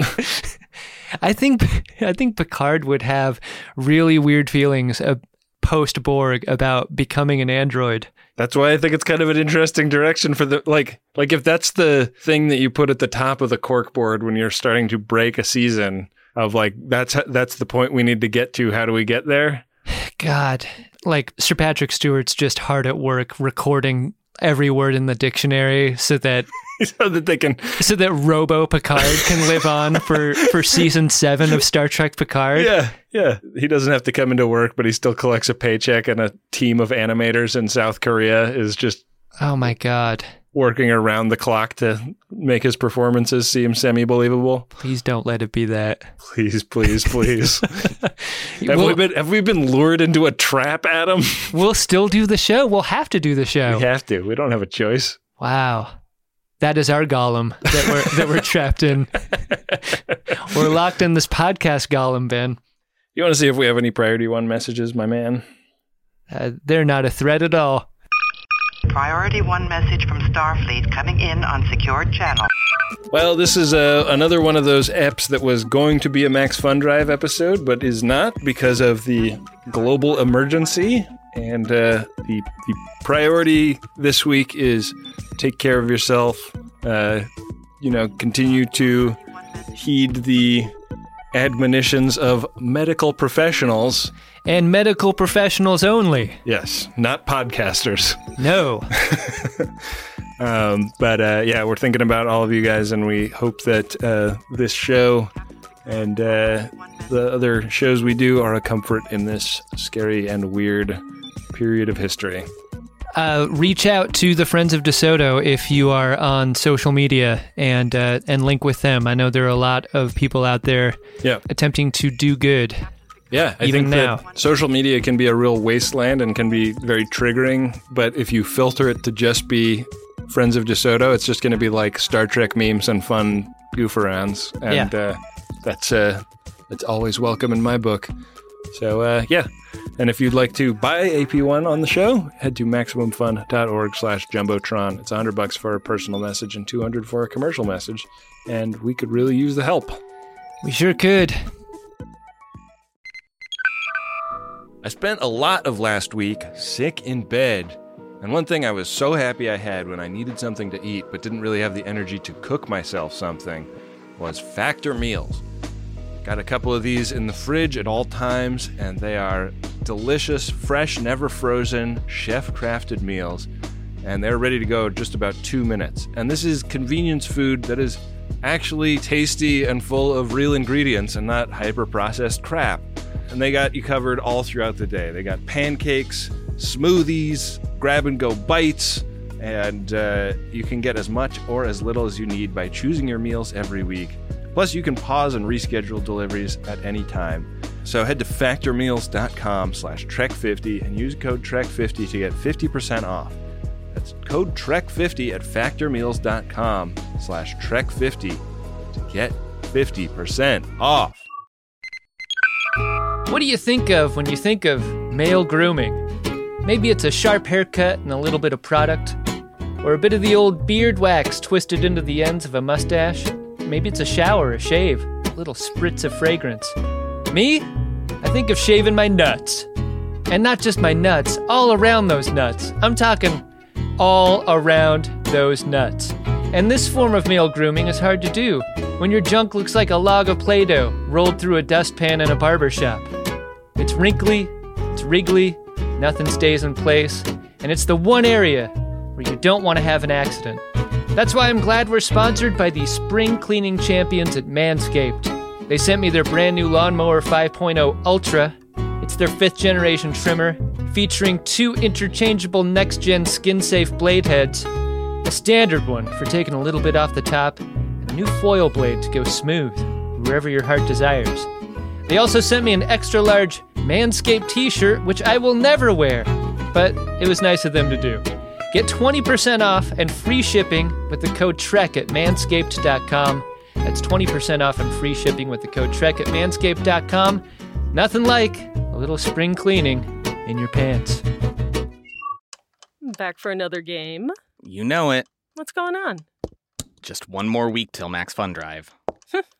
[SPEAKER 4] I think I think Picard would have really weird feelings uh, post Borg about becoming an android.
[SPEAKER 5] That's why I think it's kind of an interesting direction for the like like if that's the thing that you put at the top of the cork board when you're starting to break a season of like that's that's the point we need to get to. How do we get there?
[SPEAKER 4] God, like Sir Patrick Stewart's just hard at work recording every word in the dictionary so that
[SPEAKER 5] so that they can
[SPEAKER 4] so that Robo Picard can live on for for season 7 of Star Trek Picard.
[SPEAKER 5] Yeah, yeah. He doesn't have to come into work, but he still collects a paycheck and a team of animators in South Korea is just
[SPEAKER 4] Oh my god.
[SPEAKER 5] working around the clock to make his performances seem semi believable.
[SPEAKER 4] Please don't let it be that.
[SPEAKER 5] Please, please, please. have we
[SPEAKER 4] Well-
[SPEAKER 5] been have we been lured into a trap, Adam?
[SPEAKER 4] We'll still do the show. We'll have to do the show.
[SPEAKER 5] We have to. We don't have a choice.
[SPEAKER 4] Wow. That is our golem that we're that we're trapped in. we're locked in this podcast golem, Ben.
[SPEAKER 5] You want to see if we have any priority one messages, my man?
[SPEAKER 4] Uh, they're not a threat at all.
[SPEAKER 11] Priority one message from Starfleet coming in on secured channel.
[SPEAKER 5] Well, this is uh, another one of those eps that was going to be a Max Fun Drive episode, but is not because of the global emergency. And uh, the, the priority this week is take care of yourself. Uh, you know, continue to heed the admonitions of medical professionals.
[SPEAKER 4] And medical professionals only.
[SPEAKER 5] Yes, not podcasters.
[SPEAKER 4] No.
[SPEAKER 5] Um, but uh, yeah, we're thinking about all of you guys, and we hope that uh, this show and uh, the other shows we do are a comfort in this scary and weird period of history.
[SPEAKER 4] Uh, reach out to the Friends of DeSoto if you are on social media and uh, and link with them. I know there are a lot of people out there
[SPEAKER 5] Yeah,
[SPEAKER 4] attempting to do good.
[SPEAKER 5] yeah. I
[SPEAKER 4] Even
[SPEAKER 5] think
[SPEAKER 4] now.
[SPEAKER 5] that social media can be a real wasteland and can be very triggering. But if you filter it to just be friends of DeSoto, it's just going to be like Star Trek memes and fun goof arounds, and
[SPEAKER 4] Yeah.
[SPEAKER 5] uh, that's uh, that's always welcome in my book. So uh, yeah, and if you'd like to buy AP1 on the show, head to MaximumFun.org slash Jumbotron. It's 100 bucks for a personal message and 200 for a commercial message, and we could really use the help.
[SPEAKER 4] We sure could.
[SPEAKER 5] I spent a lot of last week sick in bed. And one thing I was so happy I had when I needed something to eat but didn't really have the energy to cook myself something was Factor Meals. Got a couple of these in the fridge at all times, and they are delicious, fresh, never frozen, chef crafted meals. And they're ready to go in just about two minutes. And this is convenience food that is actually tasty and full of real ingredients and not hyper processed crap. And they got you covered all throughout the day. They got pancakes, smoothies, grab and go bites, and uh, you can get as much or as little as you need by choosing your meals every week. Plus, you can pause and reschedule deliveries at any time. So head to factormeals.com slash trek50 and use code trek50 to get 50% off. That's code trek50 at factormeals.com slash trek50 to get 50% off.
[SPEAKER 4] What do you think of when you think of male grooming? Maybe it's a sharp haircut and a little bit of product, or a bit of the old beard wax twisted into the ends of a mustache. Maybe it's a shower, a shave, a little spritz of fragrance. Me? I think of shaving my nuts. And not just my nuts, all around those nuts. I'm talking all around those nuts. And this form of male grooming is hard to do when your junk looks like a log of Play Doh rolled through a dustpan in a barber shop. It's wrinkly, it's wriggly, nothing stays in place, and it's the one area where you don't want to have an accident. That's why I'm glad we're sponsored by the spring cleaning champions at Manscaped. They sent me their brand new Lawnmower 5.0 Ultra. It's their fifth generation trimmer, featuring two interchangeable next gen skin safe blade heads, a standard one for taking a little bit off the top, and a new foil blade to go smooth wherever your heart desires. They also sent me an extra large Manscaped t shirt, which I will never wear, but it was nice of them to do. Get 20% off and free shipping with the code TREK at manscaped.com. That's 20% off and free shipping with the code TREK at manscaped.com. Nothing like a little spring cleaning in your pants.
[SPEAKER 12] Back for another game.
[SPEAKER 13] You know it.
[SPEAKER 12] What's going on?
[SPEAKER 13] Just one more week till Max Fun Drive.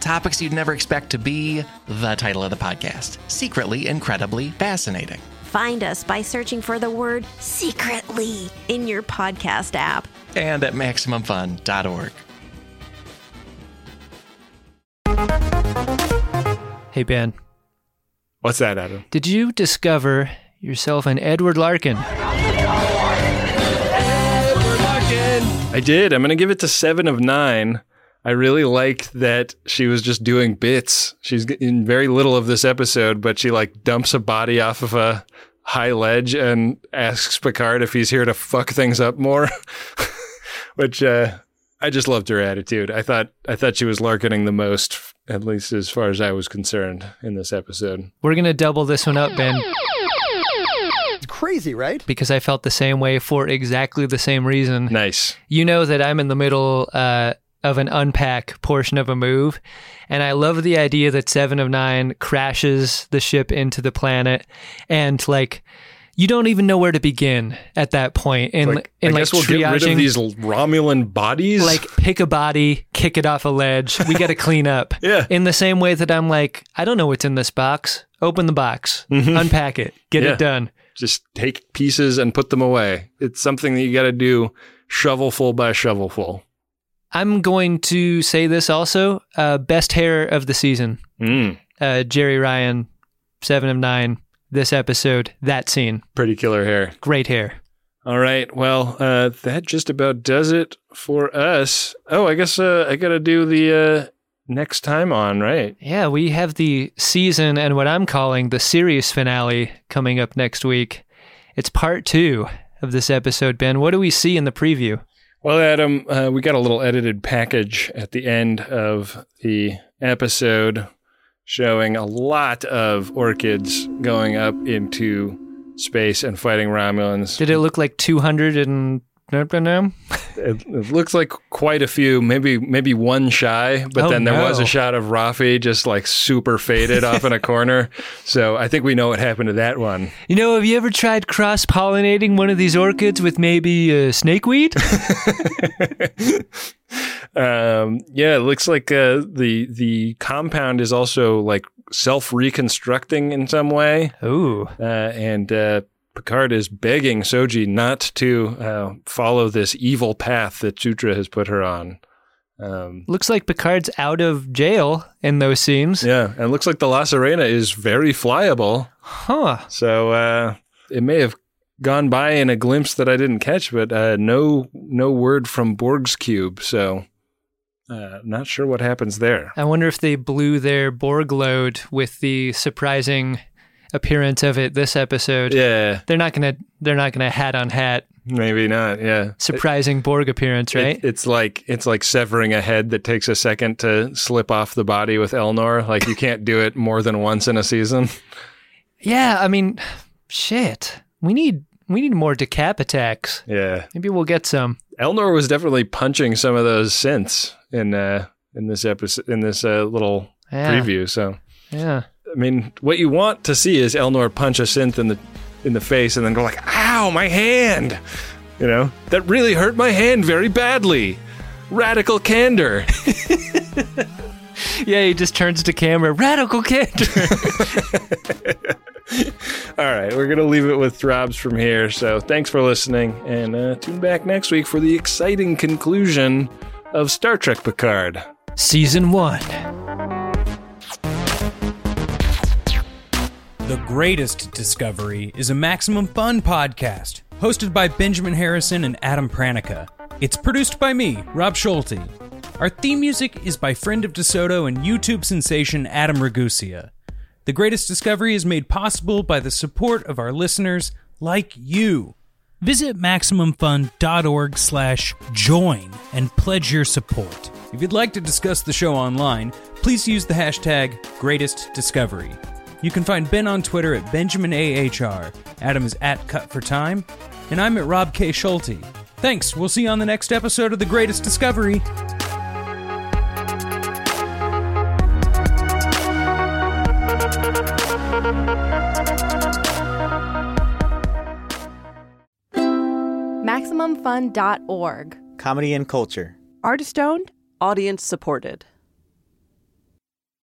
[SPEAKER 14] Topics you'd never expect to be the title of the podcast. Secretly, incredibly fascinating.
[SPEAKER 15] Find us by searching for the word secretly in your podcast app
[SPEAKER 14] and at MaximumFun.org.
[SPEAKER 4] Hey, Ben.
[SPEAKER 5] What's that, Adam?
[SPEAKER 4] Did you discover yourself and Edward Larkin?
[SPEAKER 5] I did. I'm going to give it to seven of nine. I really liked that she was just doing bits. She's in very little of this episode, but she like dumps a body off of a high ledge and asks Picard if he's here to fuck things up more, which uh, I just loved her attitude. I thought I thought she was larkening the most, at least as far as I was concerned in this episode.
[SPEAKER 4] We're gonna double this one up, Ben
[SPEAKER 16] crazy, right?
[SPEAKER 4] Because I felt the same way for exactly the same reason.
[SPEAKER 5] Nice.
[SPEAKER 4] You know that I'm in the middle uh, of an unpack portion of a move, and I love the idea that Seven of Nine crashes the ship into the planet, and like. You don't even know where to begin at that point. And
[SPEAKER 5] like, in I like guess we'll triaging, get rid of these Romulan bodies.
[SPEAKER 4] Like pick a body, kick it off a ledge. We got to clean up.
[SPEAKER 5] yeah.
[SPEAKER 4] In the same way that I'm like, I don't know what's in this box. Open the box, mm-hmm. unpack it, get yeah. it done
[SPEAKER 5] just take pieces and put them away. It's something that you got to do shovelful by shovelful.
[SPEAKER 4] I'm going to say this also uh, best hair of the season.
[SPEAKER 5] Mm.
[SPEAKER 4] Uh, Jerry Ryan, seven of nine, this episode, that scene.
[SPEAKER 5] Pretty killer hair.
[SPEAKER 4] Great hair.
[SPEAKER 5] All right. Well, uh, that just about does it for us. Oh, I guess I got to do the uh, next time on, right?
[SPEAKER 4] Yeah, we have the season and what I'm calling the series finale coming up next week. It's part two of this episode, Ben. What do we see in the preview?
[SPEAKER 5] Well, Adam, uh, we got a little edited package at the end of the episode showing a lot of orchids going up into space and fighting Romulans.
[SPEAKER 4] Did it look like 200 and
[SPEAKER 5] it, it looks like quite a few, maybe maybe one shy, but oh, then there no. was a shot of Rafi just like super faded off in a corner. So I think we know what happened to that one.
[SPEAKER 4] You know, have you ever tried cross pollinating one of these orchids with maybe uh, snakeweed?
[SPEAKER 5] um, yeah, it looks like uh, the the compound is also like self reconstructing in some way.
[SPEAKER 4] Ooh,
[SPEAKER 5] uh, and. Uh, Picard is begging Soji not to uh, follow this evil path that Sutra has put her on.
[SPEAKER 4] Um, looks like Picard's out of jail in those scenes.
[SPEAKER 5] Yeah, and looks like the La Serena is very flyable.
[SPEAKER 4] Huh.
[SPEAKER 5] So uh, it may have gone by in a glimpse that I didn't catch, but uh, no, no word from Borg's cube. So uh, not sure what happens there.
[SPEAKER 4] I wonder if they blew their Borg load with the surprising appearance of it this episode.
[SPEAKER 5] Yeah,
[SPEAKER 4] they're not gonna they're not gonna hat on hat.
[SPEAKER 5] Maybe not. Yeah,
[SPEAKER 4] surprising it, Borg appearance, right?
[SPEAKER 5] It, it's like it's like severing a head that takes a second to slip off the body with Elnor. Like you can't do it more than once in a season.
[SPEAKER 4] Yeah, I mean, shit. We need we need more decap attacks.
[SPEAKER 5] Yeah,
[SPEAKER 4] maybe we'll get some.
[SPEAKER 5] Elnor was definitely punching some of those synths in uh in this episode in this uh, little
[SPEAKER 4] Yeah.
[SPEAKER 5] preview. So
[SPEAKER 4] Yeah.
[SPEAKER 5] I mean, what you want to see is Elnor punch a synth in the in the face and then go like, "Ow, my hand!" You know, that really hurt my hand very badly. Radical candor.
[SPEAKER 4] Yeah, he just turns to camera. Radical candor.
[SPEAKER 5] All right, we're gonna leave it with throbs from here. So thanks for listening, and uh, tune back next week for the exciting conclusion of Star Trek Picard.
[SPEAKER 4] Season one.
[SPEAKER 12] The Greatest Discovery is a Maximum Fun podcast hosted by Benjamin Harrison and Adam Pranica. It's produced by me, Rob Schulte. Our theme music is by friend of DeSoto and YouTube sensation Adam Ragusia. The Greatest Discovery is made possible by the support of our listeners like you. Visit MaximumFun.org slash join and pledge your support. If you'd like to discuss the show online, please use the hashtag GreatestDiscovery. You can find Ben on Twitter at BenjaminAHR, Adam is at Cut for Time, and I'm at Rob K. Schulte. Thanks, we'll see you on the next episode of The Greatest Discovery.
[SPEAKER 14] MaximumFun.org.
[SPEAKER 17] Comedy and culture.
[SPEAKER 14] Artist owned, audience supported.